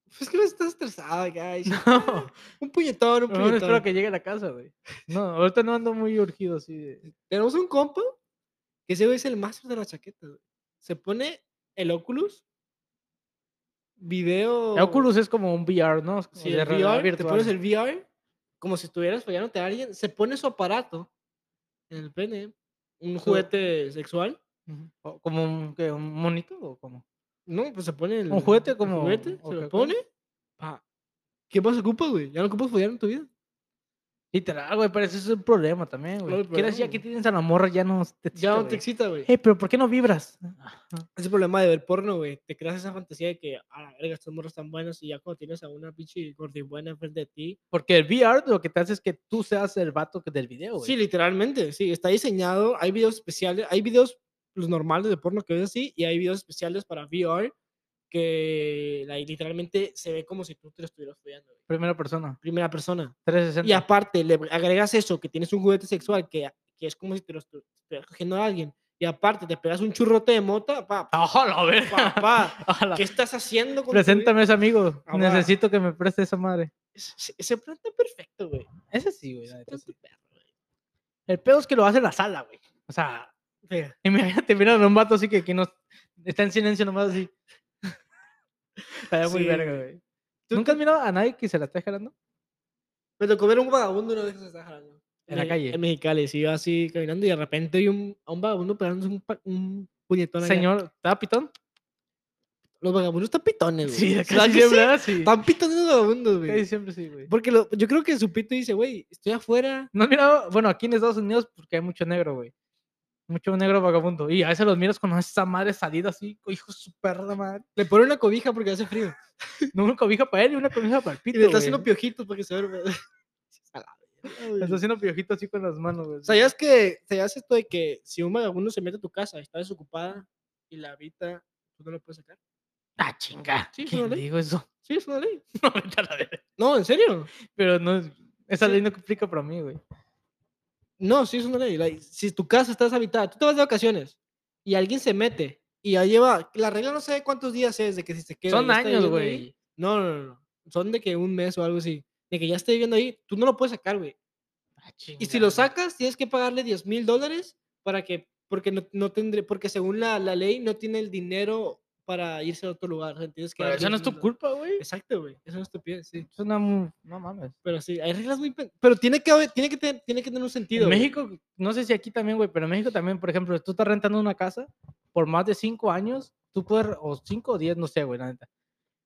Speaker 3: Pues es que no estás estresado acá. y dices,
Speaker 2: No,
Speaker 3: Un puñetón, un
Speaker 2: no
Speaker 3: puñetón.
Speaker 2: espero que llegue a la casa, güey. No, ahorita no ando muy urgido así. de-
Speaker 3: Tenemos un compa que ese güey es el máster de la chaqueta, güey. Se pone el Oculus. Video.
Speaker 2: El Oculus es como un VR, ¿no? Es como
Speaker 3: Sí,
Speaker 2: de
Speaker 3: el
Speaker 2: realidad
Speaker 3: VR, te
Speaker 2: virtual.
Speaker 3: pones el VR, como si estuvieras follándote a alguien, se pone su aparato en el pene, un
Speaker 2: Su-
Speaker 3: juguete sexual,
Speaker 2: Ujú. O ¿Como un, qué, un monito o como?
Speaker 3: ¿no? Pues se pone el,
Speaker 2: ¿Un juguete
Speaker 3: el
Speaker 2: como-
Speaker 3: juguete, se
Speaker 2: ok,
Speaker 3: lo
Speaker 2: ok.
Speaker 3: pone, pa. ¿Qué más ocupas, güey? Ya no ocupas follar en tu vida.
Speaker 2: Literal, güey, pero eso es un problema también, güey.
Speaker 3: Claro, el
Speaker 2: Quieras ya
Speaker 3: problema,
Speaker 2: que
Speaker 3: güey.
Speaker 2: tienes a la morra, ya no te excita,
Speaker 3: Ya no te
Speaker 2: güey.
Speaker 3: excita, güey.
Speaker 2: Hey, pero ¿por qué no vibras?
Speaker 3: Ese problema de ver porno, güey. Te creas esa fantasía de que, a la verga, estos morros están buenos y ya cuando tienes a una pinche gordibuena enfrente de ti.
Speaker 2: Porque el VR lo que te hace es que tú seas el vato que- del video, güey.
Speaker 3: Sí, literalmente, sí. Está diseñado, hay videos especiales, hay videos los normales de porno que ves así y hay videos especiales para VR que like, literalmente se ve como si tú te lo estuvieras follando, güey.
Speaker 2: Primera persona,
Speaker 3: Primera persona.
Speaker 2: 360.
Speaker 3: Y aparte, le agregas eso, que tienes un juguete sexual que, que es como si te lo estu- estuvieras cogiendo a alguien. Y aparte, te pegas un churrote de mota, pa, pa,
Speaker 2: ¡Ojalá, a ver!
Speaker 3: pa, pa.
Speaker 2: Ojalá.
Speaker 3: ¿Qué estás haciendo con tu vida?
Speaker 2: Preséntame a ese amigo.
Speaker 3: Ah, va.
Speaker 2: Necesito que me preste esa madre.
Speaker 3: Ese- Ese, ese plan está perfecto, güey.
Speaker 2: Ese sí, güey.
Speaker 3: Ese
Speaker 2: la neta
Speaker 3: plan
Speaker 2: sí.
Speaker 3: está perro, güey.
Speaker 2: El pedo es que lo hace en la sala, güey. O sea,
Speaker 3: Mira,
Speaker 2: imagínate, miran a un vato así que, que no está en silencio nomás así. Estaría muy
Speaker 3: Sí,
Speaker 2: verga,
Speaker 3: güey.
Speaker 2: güey.
Speaker 3: ¿Tú
Speaker 2: ¿Nunca has mirado a nadie que se la esté jalando?
Speaker 3: Me tocó ver a un vagabundo una vez que se estaba jalando.
Speaker 2: En la
Speaker 3: Me-
Speaker 2: calle.
Speaker 3: Eh, En Mexicali, sí, iba así caminando y de repente vi un, a un vagabundo pegándose un, pa- un puñetón. acá.
Speaker 2: Señor, ¿está pitón?
Speaker 3: Los vagabundos están pitones, güey.
Speaker 2: Sí,
Speaker 3: ¿Verdad
Speaker 2: casi
Speaker 3: que sí?
Speaker 2: siempre, ¿verdad? sí.
Speaker 3: Están pitones los vagabundos, güey.
Speaker 2: Casi siempre sí, güey.
Speaker 3: Porque lo- yo creo que su pito dice, güey, estoy afuera.
Speaker 2: No has mirado, bueno, aquí en Estados Unidos, porque hay mucho negro, güey. Mucho negro vagabundo. Y a veces los miras con esa madre salida así, co- hijo de su perra madre.
Speaker 3: Le pone una cobija porque hace frío.
Speaker 2: No, una cobija para él y una cobija para el
Speaker 3: Y
Speaker 2: pito.
Speaker 3: le está
Speaker 2: güey.
Speaker 3: haciendo piojitos para que se duerma. A la verga, güey.
Speaker 2: Le está haciendo piojito así con las manos, güey.
Speaker 3: ¿Sabías que sabías esto de que si un vagabundo se mete a tu casa y está desocupada y la habita, tú no la puedes sacar?
Speaker 2: Ah, chinga.
Speaker 3: Sí, es
Speaker 2: ¿Quién
Speaker 3: una ley.
Speaker 2: dijo eso?
Speaker 3: Sí, es una ley.
Speaker 2: No, vete a la verga.
Speaker 3: No, ¿en serio?
Speaker 2: Pero no, es- esa
Speaker 3: Sí.
Speaker 2: ley no aplica para mí, güey.
Speaker 3: No, sí es una ley. like, si tu casa está deshabitada, tú te vas de vacaciones y alguien se mete y ya lleva, la regla no sé cuántos días es de que si se queda.
Speaker 2: Son
Speaker 3: y ya está
Speaker 2: años,
Speaker 3: viviendo ahí-
Speaker 2: güey.
Speaker 3: No, no, no, no. Son de que un mes o algo así. De que ya esté viviendo ahí, tú no lo puedes sacar, güey.
Speaker 2: Ah,
Speaker 3: Y si lo
Speaker 2: chinga.
Speaker 3: sacas, tienes que pagarle 10 mil dólares para que, porque no, no tendré, porque según la, la ley no tiene el dinero para irse a otro lugar. o sea, tienes que
Speaker 2: Pero
Speaker 3: dar
Speaker 2: esa no es
Speaker 3: 10,000
Speaker 2: tu
Speaker 3: dólares.
Speaker 2: culpa, güey.
Speaker 3: Exacto, güey. Eso no es estupidez, sí.
Speaker 2: Es una. mu- No mames.
Speaker 3: Pero sí, hay reglas muy. pen- Pero tiene que, haber- tiene que, ten- tiene que tener un sentido.
Speaker 2: En
Speaker 3: güey.
Speaker 2: México, no sé si aquí también, güey, pero en México también, por ejemplo, tú estás rentando una casa por más de cinco años, tú puedes, re- o cinco o diez, no sé, güey, la neta.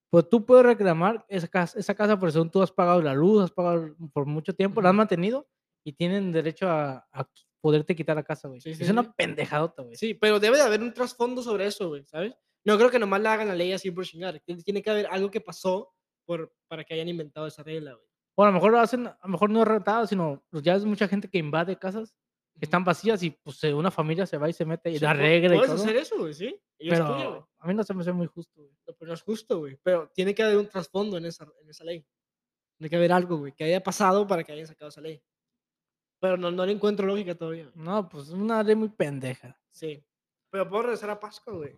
Speaker 2: Pues tú puedes reclamar esa casa, esa casa por según tú has pagado la luz, has pagado por mucho tiempo, la has
Speaker 3: Ujú.
Speaker 2: mantenido y tienen derecho a, a qui- poderte quitar la casa, güey.
Speaker 3: Sí, sí,
Speaker 2: es una
Speaker 3: sí.
Speaker 2: pendejadota, güey.
Speaker 3: Sí, pero debe de haber un trasfondo sobre eso, güey, ¿sabes? No creo que nomás la hagan la ley así por chingar. Tiene tiene que haber algo que pasó por, para que hayan inventado esa regla, güey.
Speaker 2: O a lo mejor lo hacen, a lo mejor no es rentado, sino pues, ya es mucha gente que invade casas que están vacías y pues se- una familia se va y se mete y
Speaker 3: Sí,
Speaker 2: la
Speaker 3: pu-
Speaker 2: regla y
Speaker 3: Puedes
Speaker 2: todo.
Speaker 3: hacer eso, güey, sí. Y es tuya, güey.
Speaker 2: pero a mí no se me hace muy justo, güey.
Speaker 3: No, pero no es justo, güey. Pero tiene que haber un trasfondo en esa, en esa ley. Tiene que haber algo, güey, que haya pasado para que hayan sacado esa ley. Pero no, no le encuentro lógica todavía. güey.
Speaker 2: No, pues es una ley muy pendeja.
Speaker 3: Sí. Pero puedo regresar a Pascua, güey.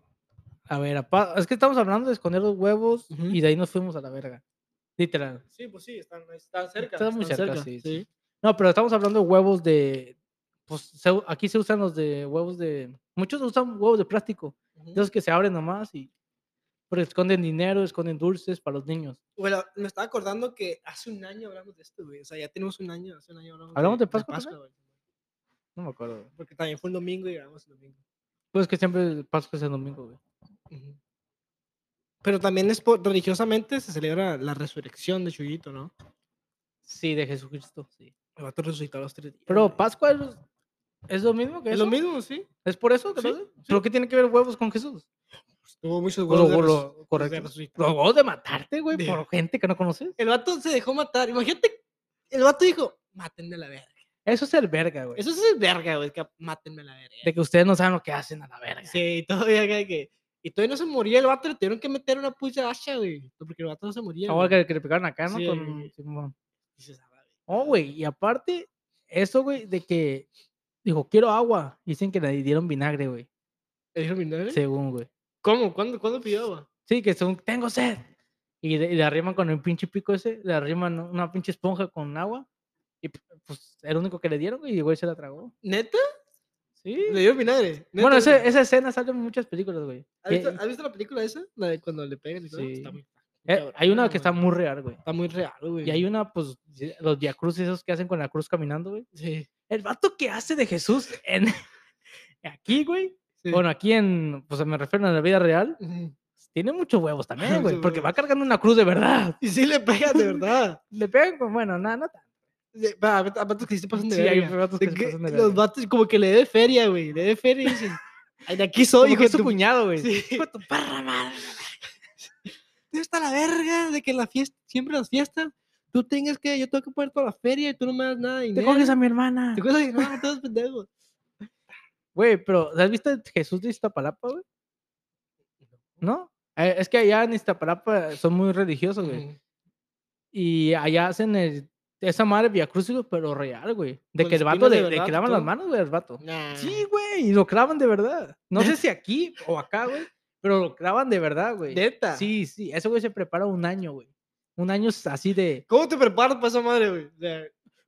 Speaker 2: A ver, apa- es que estamos hablando de esconder los huevos
Speaker 3: Ujú.
Speaker 2: y de ahí nos fuimos a la verga. Literal.
Speaker 3: Sí, pues sí, están, están cerca.
Speaker 2: Está muy
Speaker 3: están
Speaker 2: cerca, sí, sí. No, pero estamos hablando de huevos de. Pues se u- aquí se usan los de huevos de. Muchos usan huevos de plástico.
Speaker 3: Ujú.
Speaker 2: de Esos que se abren nomás y. Pero esconden dinero, esconden dulces para los niños.
Speaker 3: Bueno, me estaba acordando que hace un año hablamos de esto, güey. O sea, ya tenemos un año, hace un año hablamos,
Speaker 2: ¿Hablamos de Pascua
Speaker 3: güey.
Speaker 2: No me acuerdo. güey.
Speaker 3: Porque también fue un domingo y grabamos el domingo.
Speaker 2: Pues que siempre el Pascua es el domingo, güey.
Speaker 3: Pero también es por- religiosamente se celebra la resurrección de Chuyito, ¿no?
Speaker 2: Sí, de Jesucristo, sí.
Speaker 3: El vato resucitó a los tres días.
Speaker 2: Pero
Speaker 3: güey.
Speaker 2: Pascua es, es lo mismo que
Speaker 3: es
Speaker 2: eso.
Speaker 3: lo mismo, sí.
Speaker 2: ¿Es por eso que lo
Speaker 3: Sí,
Speaker 2: hacen? ¿Pero qué tiene que ver huevos con Jesús?
Speaker 3: Tuvo muchos
Speaker 2: Huevos,
Speaker 3: de
Speaker 2: huevos,
Speaker 3: resu- pues, de
Speaker 2: correcto.
Speaker 3: resucitar.
Speaker 2: Los huevos de matarte, güey,
Speaker 3: De-
Speaker 2: por gente que no conoces.
Speaker 3: El vato se dejó matar. Imagínate, el vato dijo, mátenme a la verga.
Speaker 2: Eso es el verga, güey.
Speaker 3: Eso sí es verga, güey, que mátenme a la verga.
Speaker 2: De que ustedes no saben lo que hacen a la verga.
Speaker 3: Sí, y todavía que- que... Y todavía no se moría el vato, le tuvieron que meter una puya hacha, güey. Porque el vato no se moría.
Speaker 2: Ahora
Speaker 3: güey.
Speaker 2: que, que le pegaron acá, ¿no?
Speaker 3: Sí,
Speaker 2: Con-
Speaker 3: güey.
Speaker 2: Simón.
Speaker 3: Dices, "Ah, la
Speaker 2: Oh, güey, y aparte, eso, güey, de que dijo, quiero agua. Dicen que le dieron vinagre, güey.
Speaker 3: ¿Le dijo mi nombre?
Speaker 2: Según, güey.
Speaker 3: ¿Cómo? ¿Cuándo, ¿Cuándo pidió agua?
Speaker 2: Sí, que según, tengo sed. Y le, y le arriman con un pinche pico ese, le arriman una pinche esponja con agua. Y p- pues era el único que le dieron, güey, y el güey se la tragó.
Speaker 3: ¿Neta?
Speaker 2: Sí.
Speaker 3: ¿Le dio vinagre?
Speaker 2: Bueno,
Speaker 3: ¿Neta?
Speaker 2: ese- esa escena sale en muchas películas, güey.
Speaker 3: ¿Has
Speaker 2: Que-
Speaker 3: visto, has visto la película Ah, esa? La de cuando le pegan y todo.
Speaker 2: Sí.
Speaker 3: Está muy,
Speaker 2: eh,
Speaker 3: cabrón,
Speaker 2: hay una
Speaker 3: no
Speaker 2: que está
Speaker 3: mames.
Speaker 2: muy real, güey.
Speaker 3: Está muy real, güey.
Speaker 2: Y hay una, pues, los viacrucis esos que hacen con la cruz caminando, güey.
Speaker 3: Sí,
Speaker 2: El vato que hace de Jesús en aquí, güey.
Speaker 3: sí.
Speaker 2: Bueno, aquí en, pues me refiero a la vida real. pues,
Speaker 3: Ujú.
Speaker 2: Tiene muchos huevos también, güey.
Speaker 3: Muchos
Speaker 2: Porque va
Speaker 3: huevos.
Speaker 2: cargando una cruz de verdad.
Speaker 3: Y sí le pegan, de verdad.
Speaker 2: Le pegan con, bueno, nada, no tanto.
Speaker 3: Sí, va, A a vatos que sí se pasan de
Speaker 2: Sí, hay
Speaker 3: verga.
Speaker 2: vatos
Speaker 3: De
Speaker 2: que se
Speaker 3: que
Speaker 2: pasan de
Speaker 3: Los
Speaker 2: verga.
Speaker 3: vatos como que le dé feria, güey. Le dé feria y dicen, "Ay, de aquí
Speaker 2: Como
Speaker 3: soy, hijo
Speaker 2: que
Speaker 3: de
Speaker 2: es su
Speaker 3: tu
Speaker 2: cuñado, güey.
Speaker 3: Sí.
Speaker 2: Hijo de tu perra madre.
Speaker 3: ¿Dónde está la verga de que la fiesta, siempre las fiestas, tú tengas que, yo tengo que poner toda la feria y tú no me das nada de
Speaker 2: Te
Speaker 3: dinero?
Speaker 2: coges a mi hermana.
Speaker 3: Te coges a... No, todos pendejos.
Speaker 2: Güey, pero ¿has visto el Jesús de Iztapalapa, güey? ¿No? Eh, Es que allá en Iztapalapa son muy religiosos, güey.
Speaker 3: Ujú.
Speaker 2: Y allá hacen el, esa madre Via pero real, güey. De
Speaker 3: Con
Speaker 2: que
Speaker 3: las
Speaker 2: el vato
Speaker 3: espinas de
Speaker 2: le, le
Speaker 3: verdad y
Speaker 2: clavan las
Speaker 3: todo. Mm.
Speaker 2: manos, güey, al vato.
Speaker 3: Nah.
Speaker 2: Sí, güey, y lo clavan de verdad. No sé si aquí o acá, güey, pero lo clavan de verdad, güey.
Speaker 3: ¿Neta?
Speaker 2: Sí, sí, ese güey se prepara un año, güey. Un año es así de
Speaker 3: ¿Cómo te preparas para esa madre, güey? O sea,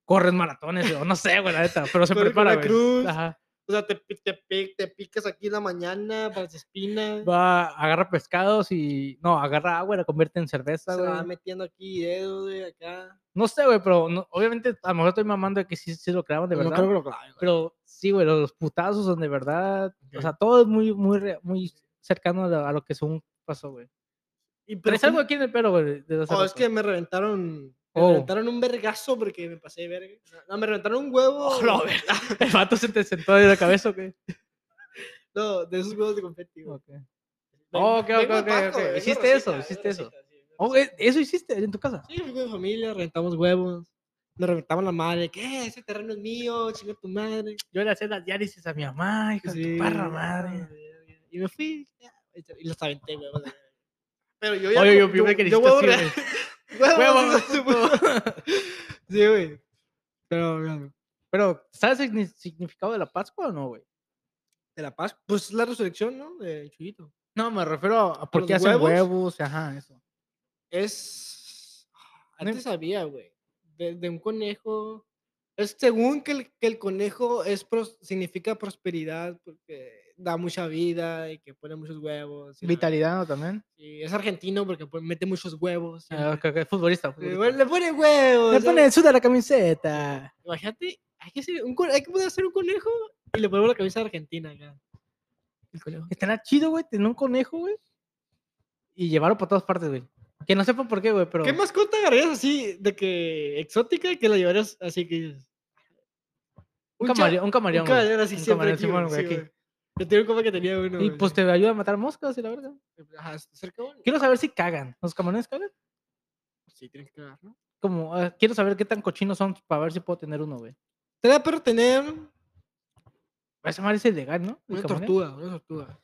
Speaker 2: corren maratones, o no sé, güey, la neta, pero se
Speaker 3: Corre con
Speaker 2: prepara,
Speaker 3: la
Speaker 2: güey.
Speaker 3: cruz.
Speaker 2: Ajá.
Speaker 3: o sea, te, pi- te, pi- te picas aquí en la mañana para las espinas.
Speaker 2: Va, agarra pescados y. No, agarra agua y la convierte en cerveza,
Speaker 3: Se la va
Speaker 2: güey.
Speaker 3: metiendo aquí dedos, güey, acá.
Speaker 2: No sé, güey, pero no- obviamente a lo mejor estoy mamando de que sí, sí lo clavan de verdad.
Speaker 3: que lo clave, güey.
Speaker 2: Pero sí, güey, los putazos son de verdad. O
Speaker 3: Ok.
Speaker 2: sea, todo es muy, muy, re- muy cercano a lo, a lo que según pasó, güey.
Speaker 3: Y pero
Speaker 2: Pero es algo
Speaker 3: ¿cómo?
Speaker 2: aquí en el pelo, güey. de hace
Speaker 3: Oh, es
Speaker 2: rato.
Speaker 3: que me reventaron... Me
Speaker 2: Oh.
Speaker 3: reventaron un vergazo porque me pasé de verga. No, me reventaron un huevo.
Speaker 2: Oh, la verga. El vato se te sentó de la cabeza, ¿o qué?
Speaker 3: No, de esos huevos de confeti, güey.
Speaker 2: Ok. Oh, ok, ok,
Speaker 3: Vengo
Speaker 2: ok,
Speaker 3: de Paco,
Speaker 2: ok.
Speaker 3: güey, vengo de
Speaker 2: Hiciste
Speaker 3: Rosita,
Speaker 2: eso,
Speaker 3: vengo de
Speaker 2: hiciste eso.
Speaker 3: Rosita, sí, vengo de
Speaker 2: Oh,
Speaker 3: Rosita.
Speaker 2: eh, ¿Eso hiciste en tu casa?
Speaker 3: Sí, fui con mi familia, rentamos huevos. Nos reventamos la madre. ¿Qué? Ese terreno es mío, chinga tu madre.
Speaker 2: Yo le hacía las diálisis a mi mamá, hija de
Speaker 3: Sí,
Speaker 2: tu parra
Speaker 3: no,
Speaker 2: madre.
Speaker 3: verga. Y me fui. ya, Y los aventé, huevos. a la verga. Pero yo
Speaker 2: Oye, yo
Speaker 3: yo-
Speaker 2: pensé que
Speaker 3: yo huevos
Speaker 2: hiciste
Speaker 3: real-
Speaker 2: así,
Speaker 3: Huevos,
Speaker 2: Huevos,
Speaker 3: hijo de su puta. Sí, güey. Pero, güey,
Speaker 2: Pero, ¿sabes el signi- significado de la Pascua o no, güey?
Speaker 3: de la paz, pues la resurrección, ¿no? De Chuyito.
Speaker 2: No, me refiero a, a por
Speaker 3: los
Speaker 2: qué hacen
Speaker 3: huevos?
Speaker 2: huevos, ajá, eso.
Speaker 3: Es. ah,
Speaker 2: No
Speaker 3: Antes había, güey. De, de un conejo. Es según que el, que el conejo es pros- significa prosperidad porque da mucha vida y que pone muchos huevos. y la-
Speaker 2: Vitalidad, ¿no? También.
Speaker 3: Y es argentino porque pon- mete muchos huevos.
Speaker 2: Ah,
Speaker 3: siempre.
Speaker 2: ok, ok, futbolista.
Speaker 3: Eh,
Speaker 2: futbolista.
Speaker 3: bueno, le pone huevos.
Speaker 2: Le
Speaker 3: ¿sabes?
Speaker 2: pone el sud a la camiseta.
Speaker 3: Imagínate, hay que, hacer un, co- hay que poder hacer un conejo y le ponemos la camisa de argentina acá. El conejo.
Speaker 2: Estará chido, güey, tener un conejo, güey. Y llevarlo por todas partes, güey. Que no sepan por qué, güey, pero.
Speaker 3: ¿Qué mascota agarrarías así de que exótica que la llevarías así que dices?
Speaker 2: Un
Speaker 3: cha-
Speaker 2: camaleón, un
Speaker 3: Un
Speaker 2: camaleón. güey.
Speaker 3: caballero así
Speaker 2: Un camaleón,
Speaker 3: siempre aquí, güey,
Speaker 2: Simón, güey,
Speaker 3: sí,
Speaker 2: aquí.
Speaker 3: güey. Yo tenía un compa que tenía uno.
Speaker 2: Y
Speaker 3: güey,
Speaker 2: pues
Speaker 3: sí.
Speaker 2: te ayuda a matar moscas y la verdad.
Speaker 3: Ajá, ¿está cerca, güey?
Speaker 2: Quiero saber si cagan. ¿Los camaleones cagan?
Speaker 3: Sí, tienes que cagar, ¿no?
Speaker 2: Como, ah, quiero saber qué tan cochinos son para ver si puedo tener uno, güey.
Speaker 3: Estaría perro tener una
Speaker 2: Esa madre es ilegal, ¿no? El camaleón.
Speaker 3: tortuga, una tortuga.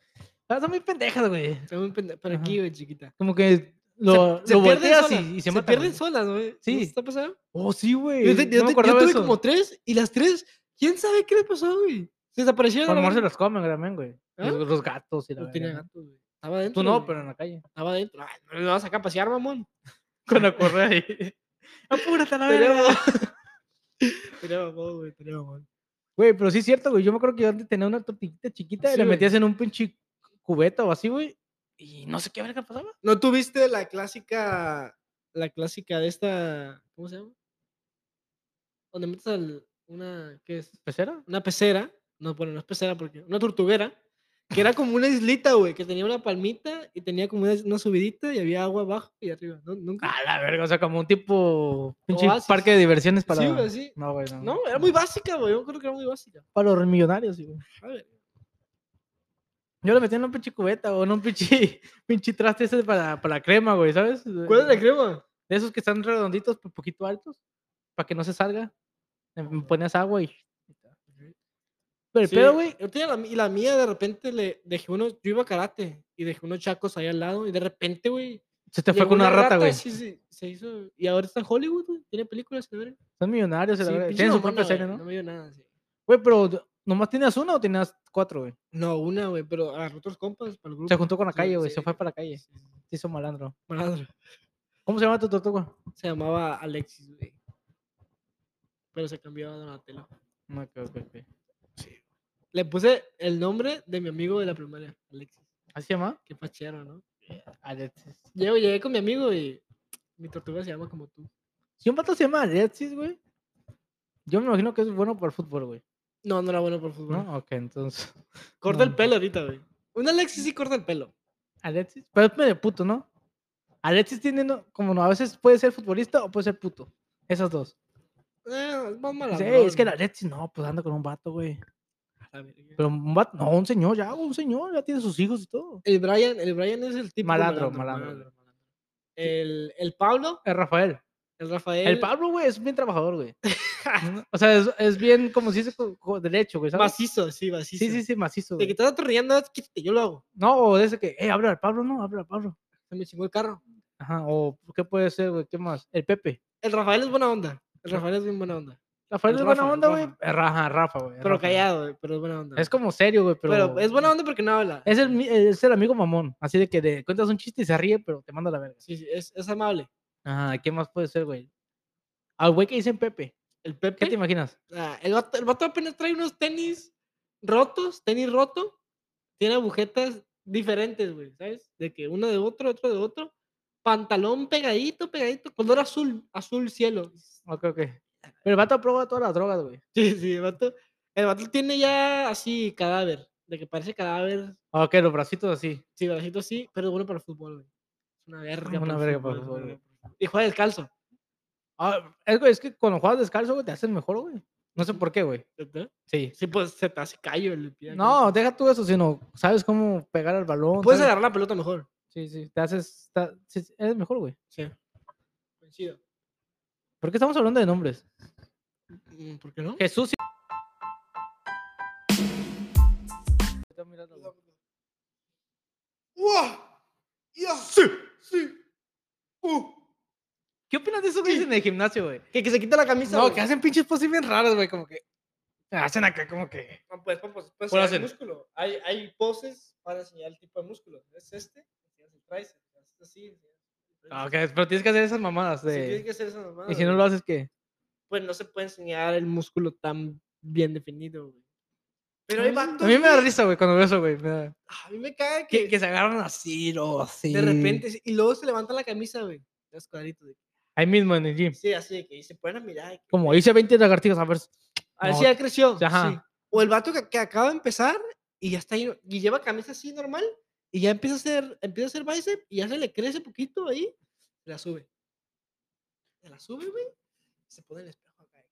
Speaker 2: Ah, son muy pendejas, güey.
Speaker 3: Está muy pende- Para
Speaker 2: Ajá.
Speaker 3: aquí, güey, chiquita.
Speaker 2: Como que lo, lo
Speaker 3: pierden
Speaker 2: volteas y,
Speaker 3: solas,
Speaker 2: y se, matan.
Speaker 3: pierden
Speaker 2: güey.
Speaker 3: solas, güey. ¿No
Speaker 2: Sí.
Speaker 3: te está pasando?
Speaker 2: Oh, sí, güey.
Speaker 3: Yo, te- yo
Speaker 2: no me
Speaker 3: te- yo
Speaker 2: acordaba
Speaker 3: tuve
Speaker 2: eso.
Speaker 3: como tres y las tres, ¿quién sabe qué les pasó, güey? Se desaparecieron.
Speaker 2: Por
Speaker 3: a la
Speaker 2: amor se
Speaker 3: verga.
Speaker 2: los comen también, güey.
Speaker 3: ¿Ah?
Speaker 2: Los, los gatos y la
Speaker 3: No tenía
Speaker 2: verdad.
Speaker 3: gatos, güey. Estaba adentro.
Speaker 2: Tú no,
Speaker 3: güey.
Speaker 2: pero en la calle.
Speaker 3: Estaba adentro. Ay, no lo vas a sacar a pasear, mamón.
Speaker 2: Con la correa ahí. Apúrate a la
Speaker 3: Tenía
Speaker 2: verga.
Speaker 3: mamón. Tenía mamón, güey. Tenía mamón.
Speaker 2: Güey, pero sí es cierto, güey. Yo me acuerdo que yo antes tenía una tortillita chiquita
Speaker 3: Sí,
Speaker 2: y la
Speaker 3: güey.
Speaker 2: metías en un pinche cubeta o así, güey. Y no sé qué verga pasaba.
Speaker 3: ¿No tuviste la clásica, la clásica de esta, ¿cómo se llama? Donde metes al, una, ¿qué es?
Speaker 2: ¿Pecera?
Speaker 3: Una pecera, no, bueno, no es pecera porque, una tortuguera, que era como una islita, güey, que tenía una palmita y tenía como una, una subidita y había agua abajo y arriba, ¿no? Nunca.
Speaker 2: A la verga, o sea, como un tipo pinche
Speaker 3: Oasis.
Speaker 2: parque de diversiones para.
Speaker 3: Sí, güey, sí.
Speaker 2: No, güey, no.
Speaker 3: No, era muy básica, güey, yo creo que era muy básica.
Speaker 2: Para los millonarios, sí, güey.
Speaker 3: A ver,
Speaker 2: Yo lo metí en un pinche cubeta o en un pinche, pinche traste ese para, para la crema, güey, ¿sabes?
Speaker 3: ¿cuál es
Speaker 2: eh,
Speaker 3: la crema?
Speaker 2: De esos que están redonditos, pero poquito altos, para que no se salga. Le
Speaker 3: Ajá.
Speaker 2: ponías agua y. Pero el
Speaker 3: Sí,
Speaker 2: pedo, güey.
Speaker 3: yo tenía la, y la mía de repente le dejé unos, yo iba a karate y dejé unos chacos ahí al lado y de repente, güey,
Speaker 2: Se te fue
Speaker 3: Llegó
Speaker 2: con una rata, güey.
Speaker 3: Sí, sí, se hizo. Y ahora está en Hollywood, güey. Tiene películas, la verga.
Speaker 2: Son millonarios,
Speaker 3: Sí,
Speaker 2: la verdad.
Speaker 3: pinche
Speaker 2: Tienen su
Speaker 3: mamona,
Speaker 2: propia
Speaker 3: güey,
Speaker 2: serie,
Speaker 3: No
Speaker 2: ¿no?
Speaker 3: me dio nada, sí.
Speaker 2: Güey, pero nomás tenías una o tenías cuatro, güey.
Speaker 3: No, una, güey, pero agarró otros compas para el grupo.
Speaker 2: Se juntó con la calle, güey. Se
Speaker 3: sí,
Speaker 2: fue para la calle.
Speaker 3: sí, sí.
Speaker 2: Se hizo malandro.
Speaker 3: Malandro.
Speaker 2: ¿Cómo se llama tu tortuga?
Speaker 3: Se llamaba Alexis, güey. Pero se cambió a Donatello.
Speaker 2: No, ok, ok, ok.
Speaker 3: Le puse el nombre de mi amigo de la primaria, Alexis.
Speaker 2: ¿Así se llama?
Speaker 3: Qué pachero, ¿no?
Speaker 2: Alexis.
Speaker 3: Llego, llegué con mi amigo y mi tortuga se llama como tú.
Speaker 2: Si un pato se llama Alexis, güey. Yo me imagino que es bueno para el fútbol, güey.
Speaker 3: No, no era bueno por fútbol.
Speaker 2: ¿No? Ok, entonces.
Speaker 3: Corta
Speaker 2: no.
Speaker 3: el pelo ahorita, güey. Un Alexis sí corta el pelo.
Speaker 2: Alexis. Pero es medio puto, ¿no? Alexis tiene, no- como no, a veces puede ser futbolista o puede ser puto. Esas dos.
Speaker 3: Eh, es más
Speaker 2: Dice,
Speaker 3: malandrón.
Speaker 2: "Ey, es que el Alexis, no, pues anda con un vato, güey.
Speaker 3: A la verga.
Speaker 2: Pero un vato, no, un señor ya, un señor, ya tiene sus hijos y todo.
Speaker 3: El Brian, el Brian es el tipo.
Speaker 2: Malandro, malandro.
Speaker 3: El, el Pablo,
Speaker 2: Es Eh, Rafael.
Speaker 3: el Rafael.
Speaker 2: El Pablo, güey, es bien trabajador, güey. o sea, es, es bien, como si dice, co- co- derecho, güey, ¿sabes?
Speaker 3: Macizo, sí, macizo.
Speaker 2: Sí, sí, sí, macizo,
Speaker 3: De que
Speaker 2: güey.
Speaker 3: estás atorrillando, "Ah, quítate, yo lo hago.
Speaker 2: No, o de ese que, eh, habla al Pablo, no, habla al Pablo.
Speaker 3: Se me chingó el carro.
Speaker 2: Ajá, o ¿qué puede ser, güey? ¿Qué más? El Pepe.
Speaker 3: El Rafael es buena onda. El Rafael es bien buena onda.
Speaker 2: Rafael
Speaker 3: El
Speaker 2: es buena
Speaker 3: Rafa, el
Speaker 2: onda, güey.
Speaker 3: Rafa.
Speaker 2: Eh, Rafa, Rafa, güey.
Speaker 3: Pero
Speaker 2: Rafa.
Speaker 3: callado, güey, pero es buena onda.
Speaker 2: Es como serio, güey, pero...
Speaker 3: pero... es buena onda porque no habla.
Speaker 2: Es el, mi- es el amigo mamón, así de que le cuentas un chiste y se ríe, pero te manda a la verga.
Speaker 3: Sí, sí, es, es amable.
Speaker 2: Ajá, ¿qué más puede ser, güey? Al güey que dicen Pepe.
Speaker 3: El
Speaker 2: ¿Qué
Speaker 3: Pepe.
Speaker 2: te imaginas?
Speaker 3: ah, el, vato, el vato apenas trae unos tenis rotos, tenis roto. Tiene agujetas diferentes, güey, ¿sabes? De que uno de otro, otro de otro. Pantalón pegadito, pegadito, color azul, azul cielo.
Speaker 2: Ok, ok. Pero el vato prueba todas las drogas, güey.
Speaker 3: Sí, sí, el vato, el vato tiene ya así cadáver, de que parece cadáver,
Speaker 2: Ok, los bracitos así.
Speaker 3: sí, bracito sí, pero es bueno para el fútbol, güey. Es una verga.
Speaker 2: Una
Speaker 3: el
Speaker 2: verga para el
Speaker 3: es una
Speaker 2: fútbol,
Speaker 3: verga para el fútbol. Y juega descalzo.
Speaker 2: Ah, es, güey, es que cuando juegas descalzo, güey, te haces mejor, güey. No sé por qué, güey.
Speaker 3: ¿Verdad?
Speaker 2: Sí.
Speaker 3: Sí, pues se te hace callo el pie. acá.
Speaker 2: No, deja tú eso, sino sabes cómo pegar al balón.
Speaker 3: Puedes
Speaker 2: sabes-
Speaker 3: agarrar la pelota mejor.
Speaker 2: Sí, sí, te haces... ta- sí, sí, eres mejor, güey.
Speaker 3: Sí. Coincido.
Speaker 2: ¿Por qué estamos hablando de nombres?
Speaker 3: Mm, ¿Por qué no?
Speaker 2: Jesús... y-
Speaker 3: ¡Uah! ¡Ya!
Speaker 2: Sí.
Speaker 3: ¡Sí! Uh.
Speaker 2: ¿Qué opinas de eso que
Speaker 3: Sí.
Speaker 2: dicen en el gimnasio, güey?
Speaker 3: Que, que se quita la camisa.
Speaker 2: No,
Speaker 3: güey.
Speaker 2: que hacen pinches poses bien raras, güey, como que... Hacen acá como que...
Speaker 3: No, pues, pues, pues, pues,
Speaker 2: ¿Cuál
Speaker 3: hay
Speaker 2: hacen?
Speaker 3: músculo. Hay, hay poses para enseñar el tipo de músculo. Es este, enseñas el tríceps. Es así, enseñas el
Speaker 2: Ah,
Speaker 3: tríceps.
Speaker 2: ok, pero tienes que hacer esas mamadas
Speaker 3: Sí, tiene
Speaker 2: de...
Speaker 3: que ser esa mamada,
Speaker 2: Y si no
Speaker 3: güey.
Speaker 2: lo haces, ¿qué?
Speaker 3: Pues no se puede enseñar el músculo tan bien definido, güey. Pero hay
Speaker 2: Mm,
Speaker 3: vatos,
Speaker 2: A mí me da
Speaker 3: güey,
Speaker 2: risa, güey, cuando veo eso, güey. me da-
Speaker 3: A mí me caga que,
Speaker 2: Que, que se agarran así, o así.
Speaker 3: de repente. sí, Y luego se levanta la camisa, güey. Los cuadritos. de-
Speaker 2: Ahí mismo en el gym.
Speaker 3: Sí, así de que y se ponen a mirar. y que,
Speaker 2: Como hice 20 lagartijas, a ver.
Speaker 3: A ver
Speaker 2: No,
Speaker 3: si ya creció.
Speaker 2: ajá.
Speaker 3: sí. O el vato que, que acaba de empezar y ya está ahí, y lleva camisa así normal y ya empieza a hacer, empieza a hacer bicep y ya se le crece poquito ahí, se la sube. Se la sube, güey. Se pone en el espejo acá. y, "Ah,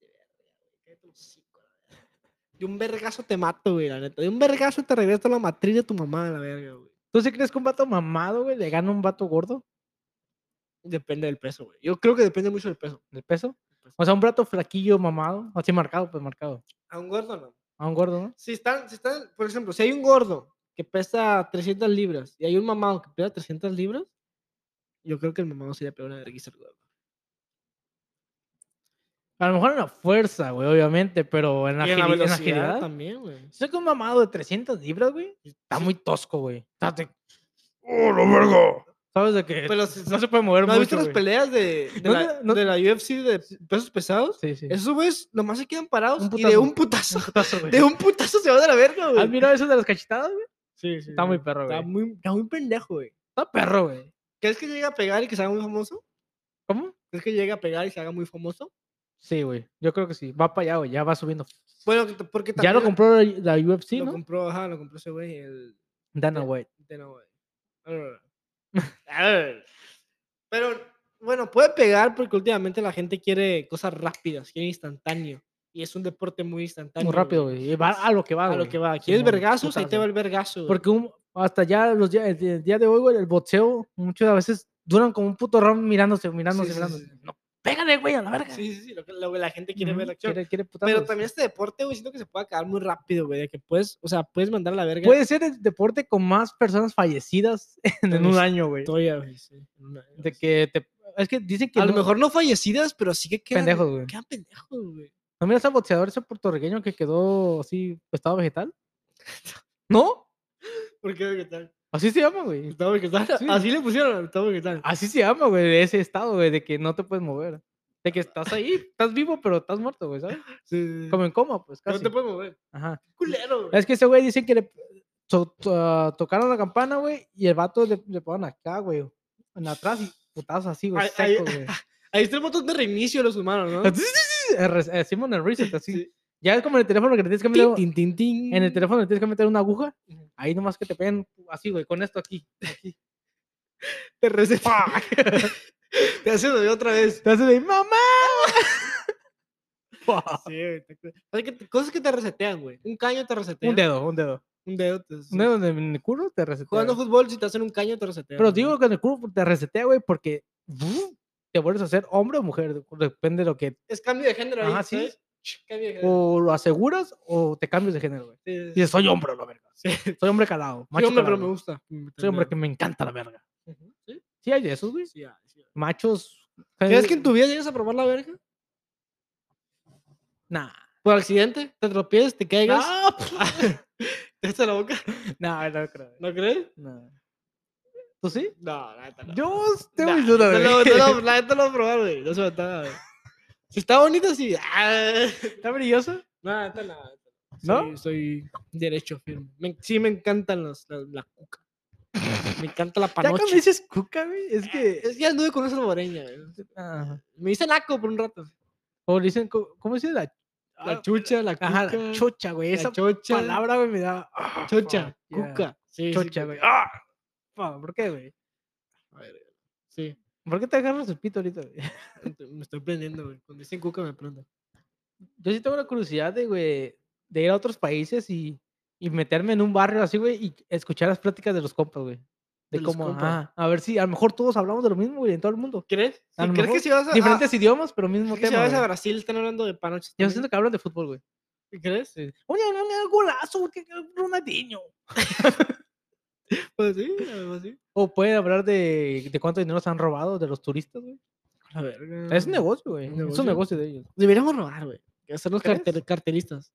Speaker 3: verga, güey, cállate el hocico, la verga". De un vergazo te mato, güey, la neta. De un vergazo te regreso a la matriz de tu mamá, la verga, güey.
Speaker 2: ¿Tú sí crees que un vato mamado, güey, le gana a un vato gordo
Speaker 3: Depende del peso, güey. Yo creo que depende mucho del peso.
Speaker 2: del peso?
Speaker 3: Pues-
Speaker 2: O sea, un vato flaquillo, mamado, así marcado, pues marcado.
Speaker 3: A un gordo no.
Speaker 2: A un gordo, ¿no?
Speaker 3: si están, si están, por ejemplo, si hay un gordo que pesa 300 libras y hay un mamado que pesa 300 libras, yo creo que el mamado sería peor una vergüenza al gordo.
Speaker 2: A lo mejor en la fuerza, güey, obviamente, pero en la,
Speaker 3: Y en la
Speaker 2: agili- en la
Speaker 3: velocidad
Speaker 2: agilidad.
Speaker 3: también, güey.
Speaker 2: Si que un mamado de 300 libras, güey, está muy tosco, güey. Está de-
Speaker 1: ¡Oh, la verga!
Speaker 2: ¿Sabes de qué?
Speaker 3: Pero si-
Speaker 2: No se puede mover
Speaker 3: Pues, ¿No has visto
Speaker 2: mucho,
Speaker 3: las
Speaker 2: güey.
Speaker 3: peleas de, de,
Speaker 2: No
Speaker 3: la,
Speaker 2: te- no
Speaker 3: de la UFC de pesos pesados?
Speaker 2: Sí, sí.
Speaker 3: Esos güeyes nomás se quedan parados
Speaker 2: Un
Speaker 3: y de
Speaker 2: putazo.
Speaker 3: un putazo,
Speaker 2: Un putazo, güey.
Speaker 3: de un putazo se van a la verga,
Speaker 2: ¿Has
Speaker 3: güey.
Speaker 2: mirado eso de las cachetadas, güey?
Speaker 3: Sí, sí,
Speaker 2: Está muy
Speaker 3: güey.
Speaker 2: perro,
Speaker 3: Está
Speaker 2: güey.
Speaker 3: muy, está muy pendejo, güey.
Speaker 2: Está perro, güey.
Speaker 3: ¿Crees que llega a pegar y que se haga muy famoso?
Speaker 2: ¿Cómo?
Speaker 3: ¿Crees que llega a pegar y se haga muy famoso?
Speaker 2: Sí, güey. Yo creo que sí. Va para allá, güey. Ya va subiendo.
Speaker 3: Bueno, que- porque
Speaker 2: Ya lo
Speaker 3: también-
Speaker 2: compró la la UFC,
Speaker 3: lo
Speaker 2: ¿no?
Speaker 3: compró, ajá, lo compró ese güey, el
Speaker 2: Dana
Speaker 3: Ya.
Speaker 2: White.
Speaker 3: de no, güey. Arr. Arr. Pero, bueno, puede pegar porque últimamente la gente quiere cosas rápidas, quiere instantáneo. Y es un deporte muy instantáneo.
Speaker 2: Muy
Speaker 3: güey,
Speaker 2: rápido, güey. y Va a lo que va,
Speaker 3: A lo
Speaker 2: güey.
Speaker 3: que va. ¿Quieres
Speaker 2: Simón,
Speaker 3: vergazos? Ahí te
Speaker 2: putazo.
Speaker 3: va el vergazo. güey.
Speaker 2: Porque un- hasta ya los días- el, el día de hoy, güey, el boxeo, muchas veces duran como un puto round mirándose, mirándose,
Speaker 3: sí, sí,
Speaker 2: mirándose.
Speaker 3: sí.
Speaker 2: No, pégale, güey, a la verga.
Speaker 3: Sí, sí, sí, lo que, lo que la gente quiere ver
Speaker 2: Ujú,
Speaker 3: la acción.
Speaker 2: Quiere, quiere
Speaker 3: Pero
Speaker 2: putazos.
Speaker 3: también este deporte, güey, siento que se puede acabar muy rápido, güey. De que puedes, o sea, puedes mandar a la verga.
Speaker 2: Puede ser el deporte con más personas fallecidas en,
Speaker 3: En
Speaker 2: un
Speaker 3: la
Speaker 2: año, güey.
Speaker 3: Historia, güey, sí, en una-
Speaker 2: De que te... Es que dicen que
Speaker 3: a lo
Speaker 2: no-
Speaker 3: mejor no fallecidas, pero sí que quedan
Speaker 2: Pendejos, güey.
Speaker 3: Quedan pendejos, güey.
Speaker 2: ¿No miras al boxeador ese puertorriqueño que quedó así, estado vegetal? ¿No?
Speaker 3: ¿Por qué? ¿Qué tal?
Speaker 2: Así se llama, güey.
Speaker 3: Gustavo Vegetal.
Speaker 2: Sí. Ah,
Speaker 3: Así le pusieron a Gustavo Vegetal.
Speaker 2: Así se llama, güey, de ese estado, güey, de que no te puedes mover. De que estás ahí, estás vivo, pero estás muerto, güey, ¿sabes? Como en coma, pues
Speaker 3: No
Speaker 2: casi.
Speaker 3: te puedes mover.
Speaker 2: Ajá.
Speaker 3: Culero, güey.
Speaker 2: Es que ese güey dice que le to- to- ah, tocaron la campana, güey, y el vato le, le pegaron acá, güey, en atrás y putazos así, güey,
Speaker 3: Ay, ay,
Speaker 2: seco, güey.
Speaker 3: Ahí está el botón de reinicio de los humanos, ¿no?
Speaker 2: Eh, re- eh, Hicimos el reset, así.
Speaker 3: Sí.
Speaker 2: Ya es como en el teléfono que le tienes que meter.
Speaker 3: Tin, tin, tin, tin.
Speaker 2: En el teléfono le tienes que meter una aguja.
Speaker 3: Ujú.
Speaker 2: Ahí nomás que te peguen así, güey, con esto aquí. aquí.
Speaker 3: Te receta. Te hace de otra vez.
Speaker 2: Te haces de mamá. Ah.
Speaker 3: Sí, güey. te acuerdas. Hay que- Cosas que te resetean, güey. Un caño te resetea.
Speaker 2: un dedo, un dedo.
Speaker 3: Un dedo. te- sí.
Speaker 2: Un dedo en el- en el culo te resetea.
Speaker 3: Jugando fútbol, si te hacen un caño, te resetean.
Speaker 2: Pero
Speaker 3: güey.
Speaker 2: digo que en el culo te resetea, güey, porque ¡vum! te vuelves a ser hombre o mujer. de- Depende de lo que.
Speaker 3: Es cambio de género ahí.
Speaker 2: Ajá, sí.
Speaker 3: ¿sabes? Ch, Cambio de género.
Speaker 2: O lo aseguras o te cambias de género, güey.
Speaker 3: Sí, sí, sí.
Speaker 2: Dices, soy hombre, la verga.
Speaker 3: Sí. Soy
Speaker 2: Soy hombre calado. Macho
Speaker 3: hombre, pero
Speaker 2: calado.
Speaker 3: me gusta.
Speaker 2: Soy hombre que me encanta la verga.
Speaker 3: Ujú, Sí,
Speaker 2: Sí, hay de esos, güey.
Speaker 3: sí, ah, sí. ah.
Speaker 2: Machos.
Speaker 3: ¿Crees que
Speaker 2: eh,
Speaker 3: en tu vida llegas a probar la verga?
Speaker 2: Nah.
Speaker 3: Por accidente, te tropiezas, te caigas.
Speaker 2: No, pff,
Speaker 3: ¿Te haces la boca?
Speaker 2: no, no creo.
Speaker 3: ¿No crees?
Speaker 2: No. ¿Tú sí?
Speaker 3: No, la neta no.
Speaker 2: Yo tengo
Speaker 3: Nah,
Speaker 2: mis dudas,
Speaker 3: no
Speaker 2: güey.
Speaker 3: lo- no lo- La neta no lo voy a probar, güey. No se me está nada, güey. Si está bonito, sí. Ah,
Speaker 2: ¿Está brilloso?
Speaker 3: No, la neta no.
Speaker 2: ¿No?
Speaker 3: Soy, soy derecho firme. Me- sí, me encantan los, la, la cuca. Me encanta la
Speaker 2: Ya cuando
Speaker 3: panocha.
Speaker 2: dices cuca, güey, es que...
Speaker 3: Es que anduve con una salvadoreña. güey.
Speaker 2: Ajá.
Speaker 3: Me hice naco por un rato.
Speaker 2: O le dicen, co- ¿cómo se dice la,
Speaker 3: La
Speaker 2: ah,
Speaker 3: chucha, la cuca.
Speaker 2: Ajá, la chocha, güey.
Speaker 3: la
Speaker 2: Esa
Speaker 3: chocha.
Speaker 2: palabra, güey, me da... ah,
Speaker 3: Chocha,
Speaker 2: fuck, yeah.
Speaker 3: cuca. Sí, sí,
Speaker 2: Chocha, güey.
Speaker 3: cuca.
Speaker 2: ¡Ah! Fuck, ¿Por qué, güey?
Speaker 3: A ver, Sí.
Speaker 2: ¿Por qué te agarras el pito ahorita? güey?
Speaker 3: Me estoy prendiendo, güey. Cuando dicen cuca me prendo.
Speaker 2: Yo sí tengo la curiosidad de, güey, de ir a otros países y, y meterme en un barrio así, güey, y escuchar las pláticas de los compas, güey. De,
Speaker 3: De los
Speaker 2: cómo,
Speaker 3: compas.
Speaker 2: ajá, a ver si a lo mejor todos hablamos de lo mismo, güey, en todo el mundo.
Speaker 3: ¿Crees? Sí,
Speaker 2: A lo
Speaker 3: ¿Crees que
Speaker 2: mejor
Speaker 3: si vas a,
Speaker 2: Diferentes
Speaker 3: a-
Speaker 2: idiomas, pero mismo
Speaker 3: ¿crees que si
Speaker 2: tema.
Speaker 3: vas a
Speaker 2: güey.
Speaker 3: Brasil están hablando de panoches?
Speaker 2: Yo
Speaker 3: también?
Speaker 2: siento que hablan de fútbol, güey.
Speaker 3: ¿Crees?
Speaker 2: Sí. Oye, no me da golazo, que que Ronaldinho.
Speaker 3: Pues sí, algo así.
Speaker 2: O pueden hablar de, de cuánto dinero se han robado de los turistas, güey.
Speaker 3: A ver,
Speaker 2: Es un negocio, güey.
Speaker 3: Mm, un
Speaker 2: Es un
Speaker 3: negocio.
Speaker 2: negocio de ellos.
Speaker 3: Deberíamos robar, güey. Hacernos
Speaker 2: ¿Crees?
Speaker 3: cartel- cartelistas.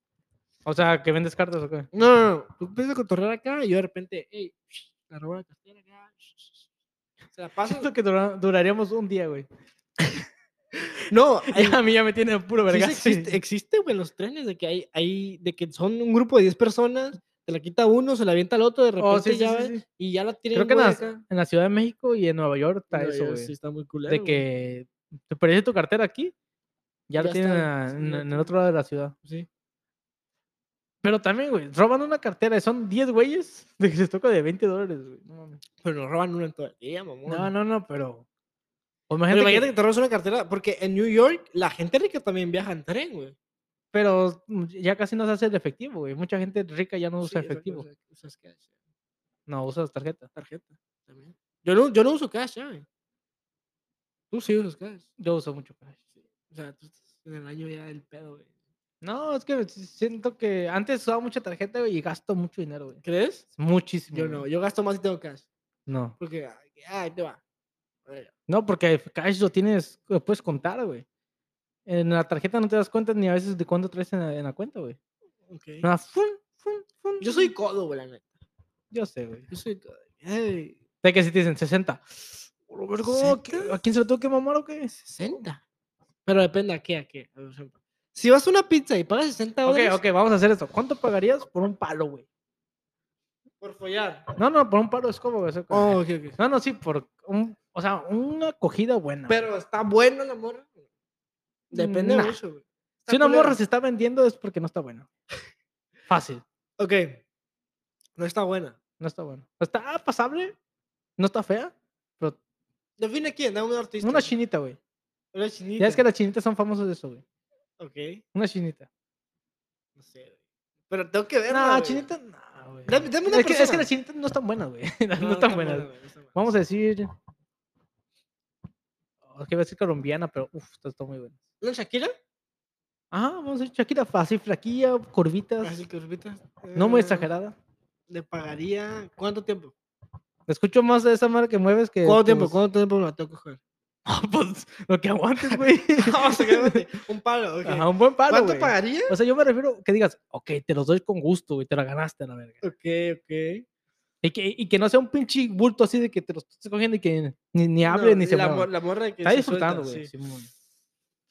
Speaker 2: O sea, que vendes cartas o qué.
Speaker 3: No, no, no. Tú empiezas a cotorrear acá y yo de repente, ey, la roba la cartera acá. Se la paso.
Speaker 2: Siento que dura- duraríamos un día, güey.
Speaker 3: no, hay-
Speaker 2: A mí ya me tiene puro
Speaker 3: sí se
Speaker 2: verga.
Speaker 3: existe, existe, güey, en los trenes de que hay, hay, de que son un grupo de 10 personas, te la quita uno, se la avienta al otro, de repente
Speaker 2: Oh, sí, sí,
Speaker 3: ya
Speaker 2: sí,
Speaker 3: ves,
Speaker 2: sí.
Speaker 3: y ya la tiene
Speaker 2: Creo que en
Speaker 3: güey
Speaker 2: la,
Speaker 3: acá.
Speaker 2: en la Ciudad de México y en Nueva York está
Speaker 3: No,
Speaker 2: eso,
Speaker 3: yo-
Speaker 2: güey.
Speaker 3: Sí, está muy culero.
Speaker 2: de
Speaker 3: güey.
Speaker 2: que te perdiste tu cartera aquí, ya, la
Speaker 3: Ya
Speaker 2: tienen
Speaker 3: está,
Speaker 2: a-
Speaker 3: sí,
Speaker 2: en,
Speaker 3: ya
Speaker 2: en el
Speaker 3: tienen.
Speaker 2: otro lado de la ciudad.
Speaker 3: Sí.
Speaker 2: Pero también, güey, roban una cartera y son 10 güeyes de que se toca de 20 dólares, güey. No, mames.
Speaker 3: Pero nos roban una en todo el día, mamón.
Speaker 2: no, no, no, pero. o
Speaker 3: Pero
Speaker 2: imagínate que-
Speaker 3: imagínate que te robas una cartera, porque en New York la gente rica también viaja en tren, güey.
Speaker 2: pero mm, ya casi no se hace el efectivo, güey. Mucha gente rica ya no usa efectivo.
Speaker 3: Usas cash,
Speaker 2: No, usa tarjeta.
Speaker 3: tarjeta también. Yo no, yo no uso cash, ya, güey. Tú sí usas cash.
Speaker 2: Yo uso mucho cash.
Speaker 3: O sea, tú estás en el año ya del pedo, güey.
Speaker 2: No, es que s- siento que antes usaba mucha tarjeta güey, y gasto mucho dinero, güey.
Speaker 3: ¿Crees?
Speaker 2: Muchísimo.
Speaker 3: Yo
Speaker 2: güey.
Speaker 3: no, yo gasto más si tengo cash.
Speaker 2: No.
Speaker 3: Porque, ay, ay, te va. Ay,
Speaker 2: No, porque cash lo tienes, lo puedes contar, güey. En la tarjeta no te das cuenta ni a veces de cuánto traes en la, en la cuenta, güey.
Speaker 3: ok.
Speaker 2: Nada, fun, fun, fun,
Speaker 3: Yo soy
Speaker 2: fun.
Speaker 3: codo, güey, la neta.
Speaker 2: Yo sé, güey.
Speaker 3: Yo soy codo. Ay,
Speaker 2: De que si te dicen 60. "Hola, vergo, ¿qué-
Speaker 3: ¿60?
Speaker 2: ¿A quién se lo tengo que mamar o qué?
Speaker 3: 60. Pero depende a qué, a qué. por ejemplo. Si vas a una pizza y pagas 60
Speaker 2: Ok,
Speaker 3: dólares
Speaker 2: ok, vamos a hacer esto. ¿Cuánto pagarías por un palo, güey?
Speaker 3: por follar.
Speaker 2: No, no, por un palo es como, güey. o sea, como-
Speaker 3: Oh, ok, ok.
Speaker 2: No, no, sí, por un, o sea, una cogida buena. güey.
Speaker 3: Pero está bueno la morra. güey. Depende
Speaker 2: Nah.
Speaker 3: mucho, güey. Está
Speaker 2: si una morra
Speaker 3: culero.
Speaker 2: se está vendiendo es porque no está buena. Fácil,
Speaker 3: Ok. No está buena.
Speaker 2: no está buena. Está pasable, no está fea, pero
Speaker 3: Define quién, dame un artista.
Speaker 2: una chinita, güey.
Speaker 3: Una chinita.
Speaker 2: Ya es que las chinitas son famosas de eso, güey.
Speaker 3: Ok.
Speaker 2: Una chinita.
Speaker 3: No sé, güey. Pero tengo que ver.
Speaker 2: No, chinita, no, Ah, güey.
Speaker 3: Dame- dame una
Speaker 2: es, que, es que
Speaker 3: persona.
Speaker 2: las chinitas no están buenas, güey. No, están buenas.
Speaker 3: Vamos.
Speaker 2: Vamos a decir. Oh, Es que iba a decir colombiana, pero uff, está, está muy buena.
Speaker 3: ¿Una Shakira?
Speaker 2: Ajá, Ah, vamos a decir Shakira, así flaquilla, curvitas,
Speaker 3: Así que ahorita,
Speaker 2: no muy
Speaker 3: eh,
Speaker 2: exagerada.
Speaker 3: Le pagaría. ¿Cuánto tiempo?
Speaker 2: Escucho más de esa madre que mueves que.
Speaker 3: ¿Cuánto tiempo?
Speaker 2: tus-
Speaker 3: ¿Cuánto tiempo me la tengo que coger?
Speaker 2: pues, lo que aguantes, güey.
Speaker 3: Vamos a quedarme un palo. ok.
Speaker 2: Ajá, un buen palo,
Speaker 3: ¿Cuánto
Speaker 2: güey.
Speaker 3: pagaría?
Speaker 2: O sea, yo me refiero que digas, ok, te los doy con gusto, güey, te la ganaste a la verga.
Speaker 3: Ok, ok.
Speaker 2: Y que, y que no sea un pinche bulto así de que te los estés cogiendo y que ni, ni hable
Speaker 3: No,
Speaker 2: ni se
Speaker 3: la,
Speaker 2: mueva.
Speaker 3: mor- la morra que
Speaker 2: Está
Speaker 3: se
Speaker 2: disfrutando,
Speaker 3: suelta,
Speaker 2: güey.
Speaker 3: Sí.
Speaker 2: Simón.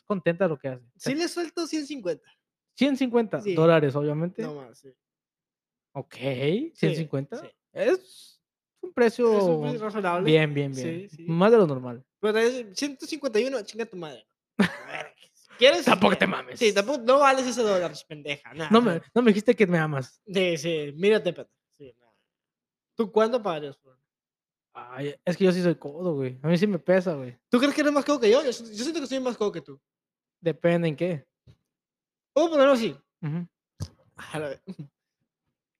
Speaker 2: Contenta de lo que hace. O sea,
Speaker 3: Sí le suelto 150.
Speaker 2: 150
Speaker 3: Sí.
Speaker 2: dólares, obviamente.
Speaker 3: No más, sí.
Speaker 2: Ok, 150.
Speaker 3: sí.
Speaker 2: Es un
Speaker 3: Es
Speaker 2: precio
Speaker 3: un precio razonable.
Speaker 2: bien, bien, bien.
Speaker 3: Sí, sí.
Speaker 2: Más de lo normal.
Speaker 3: Pero también 151, chinga tu madre. A ver, ¿Quieres?
Speaker 2: Tampoco te
Speaker 3: Eh,
Speaker 2: mames.
Speaker 3: Sí, tampoco, no vales ese dólar, pendeja. nada,
Speaker 2: No me, no me dijiste que me amas.
Speaker 3: Sí, sí, mírate, pendeja. Sí, nada. ¿Tú cuánto pagarías? por-
Speaker 2: Ay, es que yo sí soy codo, güey. A mí sí me pesa, güey.
Speaker 3: ¿Tú crees que eres más codo que yo? Yo, si- yo siento que soy más codo que tú.
Speaker 2: Depende en qué.
Speaker 3: Vamos a ponerlo así.
Speaker 2: Ujú.
Speaker 3: A la vez.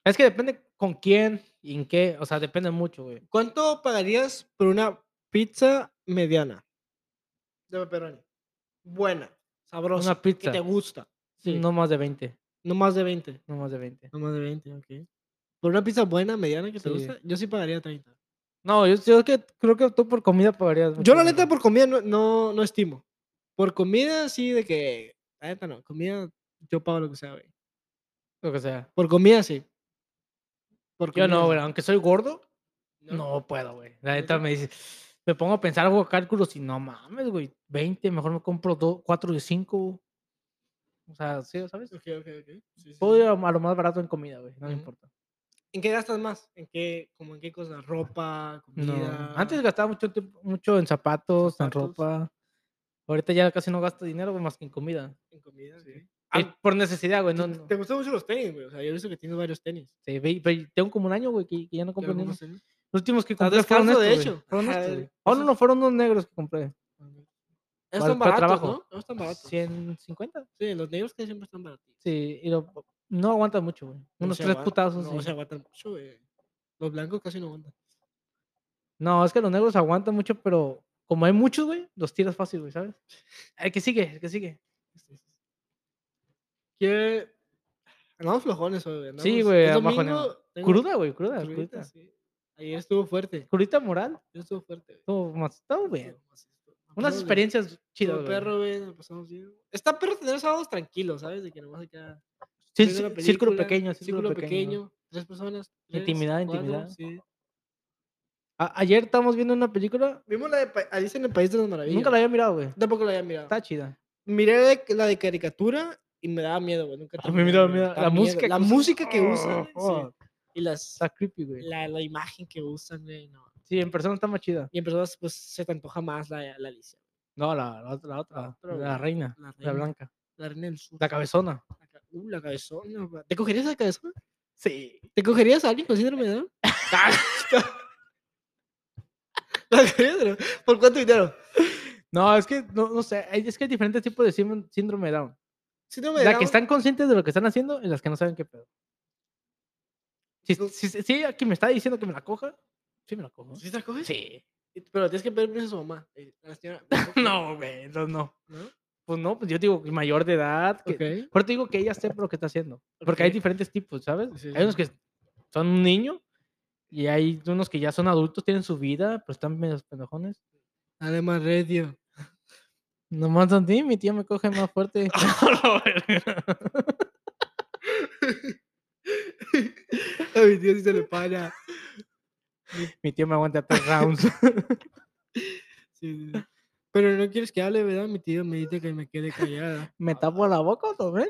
Speaker 2: Es que depende con quién y en qué. O sea, depende mucho, güey.
Speaker 3: ¿Cuánto pagarías por una pizza mediana? De pepperoni. Buena, sabrosa,
Speaker 2: Una
Speaker 3: que
Speaker 2: pizza.
Speaker 3: te gusta. Sí.
Speaker 2: No más de 20.
Speaker 3: No más de 20.
Speaker 2: No más de 20.
Speaker 3: No más de 20, ok. Por una pizza buena, mediana, que te
Speaker 2: Sí.
Speaker 3: gusta, yo sí pagaría 30.
Speaker 2: No, yo, yo que, creo que tú por comida pagarías. mucho
Speaker 3: Yo la
Speaker 2: más,
Speaker 3: neta
Speaker 2: güey.
Speaker 3: por comida no, no, no estimo. Por comida sí de que... La neta no, comida yo pago lo que sea, güey.
Speaker 2: Lo que sea.
Speaker 3: Por comida sí. Por
Speaker 2: Yo
Speaker 3: comida,
Speaker 2: no,
Speaker 3: sí.
Speaker 2: güey. Aunque soy gordo,
Speaker 3: No.
Speaker 2: No puedo, güey. La
Speaker 3: ¿No
Speaker 2: neta
Speaker 3: te-
Speaker 2: me dice, me pongo a pensar, hago cálculos y no mames, güey. 20, mejor me compro 4 de 5. O sea, sí, ¿sabes?
Speaker 3: Ok, ok, ok. Sí, sí,
Speaker 2: Puedo
Speaker 3: sí.
Speaker 2: ir a a lo más barato en comida, güey. No me
Speaker 3: Ujú.
Speaker 2: importa.
Speaker 3: ¿En qué gastas más? ¿En qué, como en qué cosas? ¿Ropa?
Speaker 2: No.
Speaker 3: ¿Comida?
Speaker 2: Antes gastaba mucho, tiemp- mucho en zapatos, en
Speaker 3: Zapatos.
Speaker 2: ropa. Ahorita ya casi no gasto dinero güey, más que en comida.
Speaker 3: En comida, sí.
Speaker 2: Es
Speaker 3: Ah,
Speaker 2: por necesidad, güey.
Speaker 3: ¿te-
Speaker 2: No, no.
Speaker 3: ¿Te gustan mucho los tenis, güey? O sea, yo he visto que tienes varios tenis.
Speaker 2: Sí, ve- ve- tengo como un año, güey, que, que ya no compro
Speaker 3: ¿Ya
Speaker 2: ni
Speaker 3: no
Speaker 2: uno.
Speaker 3: compras tenis?
Speaker 2: Los últimos que
Speaker 3: Estás
Speaker 2: compré fueron
Speaker 3: descalzo,
Speaker 2: estos,
Speaker 3: de
Speaker 2: de
Speaker 3: hecho.
Speaker 2: hecho. Fueron
Speaker 3: Ajá,
Speaker 2: estos,
Speaker 3: el-
Speaker 2: güey. Oh, no,
Speaker 3: esos-
Speaker 2: no, fueron unos negros que compré.
Speaker 3: Esos están
Speaker 2: para
Speaker 3: baratos,
Speaker 2: trabajo.
Speaker 3: ¿no? Esos están baratos.
Speaker 2: 150.
Speaker 3: Sí, los negros que siempre están baratos.
Speaker 2: Sí, y lo- no aguantan mucho, güey.
Speaker 3: No
Speaker 2: Unos
Speaker 3: se
Speaker 2: tres
Speaker 3: aguan-
Speaker 2: putazos.
Speaker 3: No
Speaker 2: sí.
Speaker 3: se aguantan mucho, güey. Los blancos casi no aguantan.
Speaker 2: No, es que los negros aguantan mucho, pero como hay muchos, güey, los tiras fácil, güey, ¿sabes? El que sigue, el que sigue.
Speaker 3: Que andamos flojones hoy, güey.
Speaker 2: Sí,
Speaker 3: andamos-
Speaker 2: güey,
Speaker 3: es
Speaker 2: abajo en el-
Speaker 3: domingo, tengo-
Speaker 2: Cruda, güey, cruda,
Speaker 3: crudita,
Speaker 2: crudita.
Speaker 3: sí. Ayer estuvo fuerte.
Speaker 2: Crudita moral.
Speaker 3: Ayer estuvo fuerte, güey.
Speaker 2: Todo más, todo bien.
Speaker 3: Estuvo- estuvo- nos
Speaker 2: Unas
Speaker 3: pasamos bien.
Speaker 2: experiencias chidas, güey.
Speaker 3: Estuvo perro, güey, nos pasamos bien. Está perro tener sábados tranquilos, ¿sabes? De que nomás acá.
Speaker 2: Sí,
Speaker 3: viendo
Speaker 2: sí,
Speaker 3: la
Speaker 2: círculo
Speaker 3: película,
Speaker 2: pequeño, círculo, pequeño.
Speaker 3: tres personas.
Speaker 2: Intimidad,
Speaker 3: cuatro,
Speaker 2: intimidad.
Speaker 3: sí.
Speaker 2: A- ayer estábamos viendo una película,
Speaker 3: Vimos la de pa- Alicia en el País de las Maravillas.
Speaker 2: nunca la había mirado, güey.
Speaker 3: Tampoco la había mirado.
Speaker 2: Está chida.
Speaker 3: miré la de- la de caricatura y me daba miedo, güey. Nunca
Speaker 2: A
Speaker 3: terminé
Speaker 2: mí me
Speaker 3: de
Speaker 2: daba
Speaker 3: verla.
Speaker 2: miedo.
Speaker 3: Da
Speaker 2: La
Speaker 3: miedo.
Speaker 2: música
Speaker 3: la
Speaker 2: que Oh, usa-
Speaker 3: música que usan. güey, sí.
Speaker 2: Fuck,
Speaker 3: Y las,
Speaker 2: Está creepy, güey.
Speaker 3: la, la imagen que usan, güey. No.
Speaker 2: Sí, en persona está más chida.
Speaker 3: Y en personas, pues se te antoja más la, la Alicia,
Speaker 2: No, la, la otra, la otra,
Speaker 3: otra,
Speaker 2: la
Speaker 3: güey.
Speaker 2: reina,
Speaker 3: La reina.
Speaker 2: la blanca,
Speaker 3: La reina del sur.
Speaker 2: la cabezona.
Speaker 3: La ca- Uh, la cabezona. güey. ¿Te cogerías la cabezona?
Speaker 2: Sí.
Speaker 3: ¿Te cogerías a alguien con síndrome de Down? ¿La cogerías, no? ¿Por cuánto dinero?
Speaker 2: No, es que, no, no sé, hay- es que hay diferentes tipos de síndrome- síndrome de Down.
Speaker 3: Síndrome de
Speaker 2: La que
Speaker 3: Down,
Speaker 2: están conscientes de lo que están haciendo y las que no saben qué pedo. Si,
Speaker 3: No.
Speaker 2: si, si ella que me está diciendo que me la coja, sí me la cojo.
Speaker 3: ¿Sí te la coges?
Speaker 2: Sí.
Speaker 3: Y- Pero tienes que pedir permiso a su mamá. eh, a la señora,
Speaker 2: No, güey, no, no.
Speaker 3: ¿No?
Speaker 2: Pues no, pues yo digo que mayor de edad. Que,
Speaker 3: Ok.
Speaker 2: Pero te digo que ella sepa lo que está haciendo. Porque hay
Speaker 3: Ok.
Speaker 2: diferentes tipos, ¿sabes?
Speaker 3: Sí,
Speaker 2: hay unos
Speaker 3: sí.
Speaker 2: que son un niño y hay unos que ya son adultos, tienen su vida, pero están medio pendejones.
Speaker 3: Además, radio.
Speaker 2: Nomás a ti, mi tía me coge más fuerte.
Speaker 3: A mi tío sí se le para.
Speaker 2: mi tía me aguanta tres rounds.
Speaker 3: Sí, sí, sí. Pero no quieres que hable, ¿verdad? Mi tío me dice que me quede callada.
Speaker 2: ¿Me tapo la boca o ves?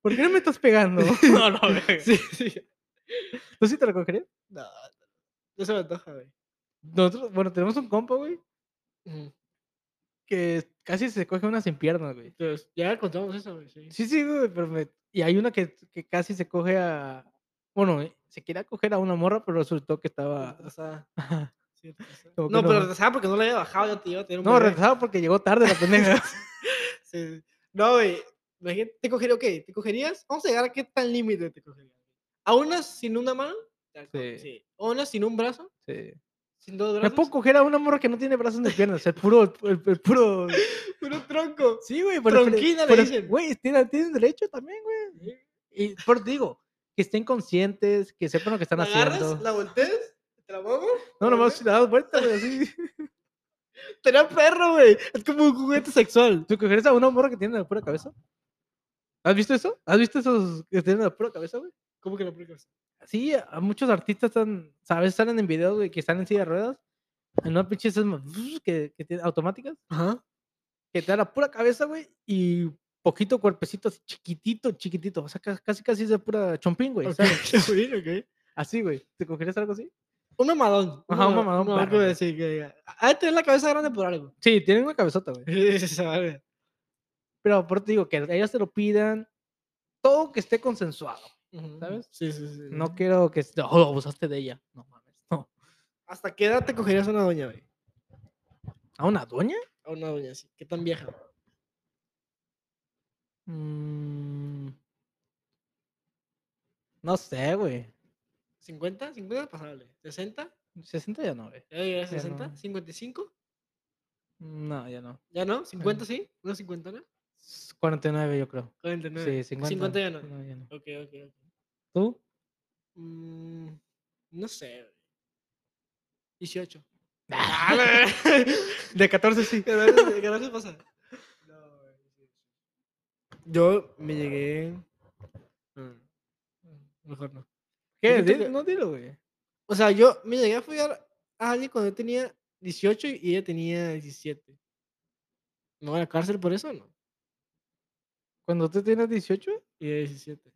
Speaker 2: ¿Por qué no me estás pegando?
Speaker 3: No, no, Sí, sí.
Speaker 2: ¿Tú sí te la cogerías?
Speaker 3: No, no se me antoja, güey.
Speaker 2: Nosotros, bueno, tenemos un compa, güey,
Speaker 3: Ujú.
Speaker 2: que casi se coge una sin piernas, güey.
Speaker 3: Entonces, ya contamos eso, güey. Sí.
Speaker 2: Sí, sí, güey, pero me... Y hay una que, que casi se coge a... Bueno, eh, se quería coger a una morra, pero resultó que estaba...
Speaker 3: Retrasada, cierto, retrasada.
Speaker 2: Como que
Speaker 3: Ah. No,
Speaker 2: no.
Speaker 3: pero retrasada porque no la había bajado, ya te iba a tener un
Speaker 2: No,
Speaker 3: bebé.
Speaker 2: retrasado porque llegó tarde la pendeja.
Speaker 3: Sí, sí. No, güey. Imagínate, te cogería, ok, ¿te cogerías? Vamos a llegar a qué tan límite te cogerías. ¿A unas sin una mano? Tal cual,
Speaker 2: Sí.
Speaker 3: sí. ¿A unas sin un brazo?
Speaker 2: Sí.
Speaker 3: ¿Sin dos
Speaker 2: Me
Speaker 3: brazos?
Speaker 2: puedo coger a una morra que no tiene brazos ni piernas. El puro... El, el puro...
Speaker 3: Puro tronco.
Speaker 2: Sí, güey, pero... pero-
Speaker 3: Tronquina le
Speaker 2: pero,
Speaker 3: dicen.
Speaker 2: Güey, tienen, tienen derecho también, güey. Y por digo, que estén conscientes, que sepan lo que están
Speaker 3: ¿La agarras?
Speaker 2: haciendo.
Speaker 3: ¿La volteas? ¿Te la mamo?
Speaker 2: No, nomás si le das vuelta, güey, así.
Speaker 3: Tenía perro, güey. Es como un juguete sexual.
Speaker 2: ¿Tú cogerías a una morra que tiene la pura cabeza? ¿Has visto eso? ¿Has visto esos que tienen la pura cabeza, güey?
Speaker 3: ¿Cómo que la aplicas?
Speaker 2: Sí, a muchos artistas están, ¿sabes? Salen en videos, güey, que están en silla de ruedas. En una pinche esas ma- que, que tienen automáticas.
Speaker 3: Ajá.
Speaker 2: Que te da la pura cabeza, güey, y poquito cuerpecito, así, chiquitito, chiquitito. O sea, ca- casi, casi es de pura chompín, güey, ¿sabes?
Speaker 3: ok.
Speaker 2: Así, güey. ¿Te cogerías algo así?
Speaker 3: Un mamadón.
Speaker 2: Ajá, un mamadón perro,
Speaker 3: como
Speaker 2: güey.
Speaker 3: decir que diga. Ah, tener la cabeza grande por algo.
Speaker 2: Sí, tienen una cabezota, güey.
Speaker 3: Esa madre.
Speaker 2: Pero por eso te digo que ellas te lo pidan. Todo que esté consensuado.
Speaker 3: Ujú.
Speaker 2: ¿Sabes?
Speaker 3: Sí, sí, sí.
Speaker 2: No quiero que... Oh, abusaste de ella. No mames, no.
Speaker 3: ¿Hasta qué edad te cogerías a una doña, güey?
Speaker 2: ¿A una doña?
Speaker 3: A una doña así. ¿Qué tan vieja?
Speaker 2: Mm, No sé, güey.
Speaker 3: ¿50? ¿50 es pasable? ¿60?
Speaker 2: 60 ya no, güey.
Speaker 3: ¿Ya llegué a
Speaker 2: Ya
Speaker 3: 60?
Speaker 2: no.
Speaker 3: ¿55?
Speaker 2: No, ya no.
Speaker 3: ¿Ya no? ¿50 sí? ¿Una 50 no?
Speaker 2: S- 49 yo creo.
Speaker 3: 49.
Speaker 2: Sí, 50.
Speaker 3: 50 Eh, ya no.
Speaker 2: ya no.
Speaker 3: Ok, ok, ok.
Speaker 2: ¿Tú?
Speaker 3: Mm, no sé. güey. 18.
Speaker 2: De 14 sí.
Speaker 3: ¿Qué raro- qué raro pasa? Yo me llegué. Mm, Mejor no.
Speaker 2: ¿Qué?
Speaker 3: Yo siento
Speaker 2: Di-
Speaker 3: que-
Speaker 2: No dilo, güey.
Speaker 3: O sea, yo me llegué a follar a alguien cuando yo tenía 18 y ella tenía 17. ¿No voy a la cárcel por eso no?
Speaker 2: Cuando tú tienes 18,
Speaker 3: Y ella 17.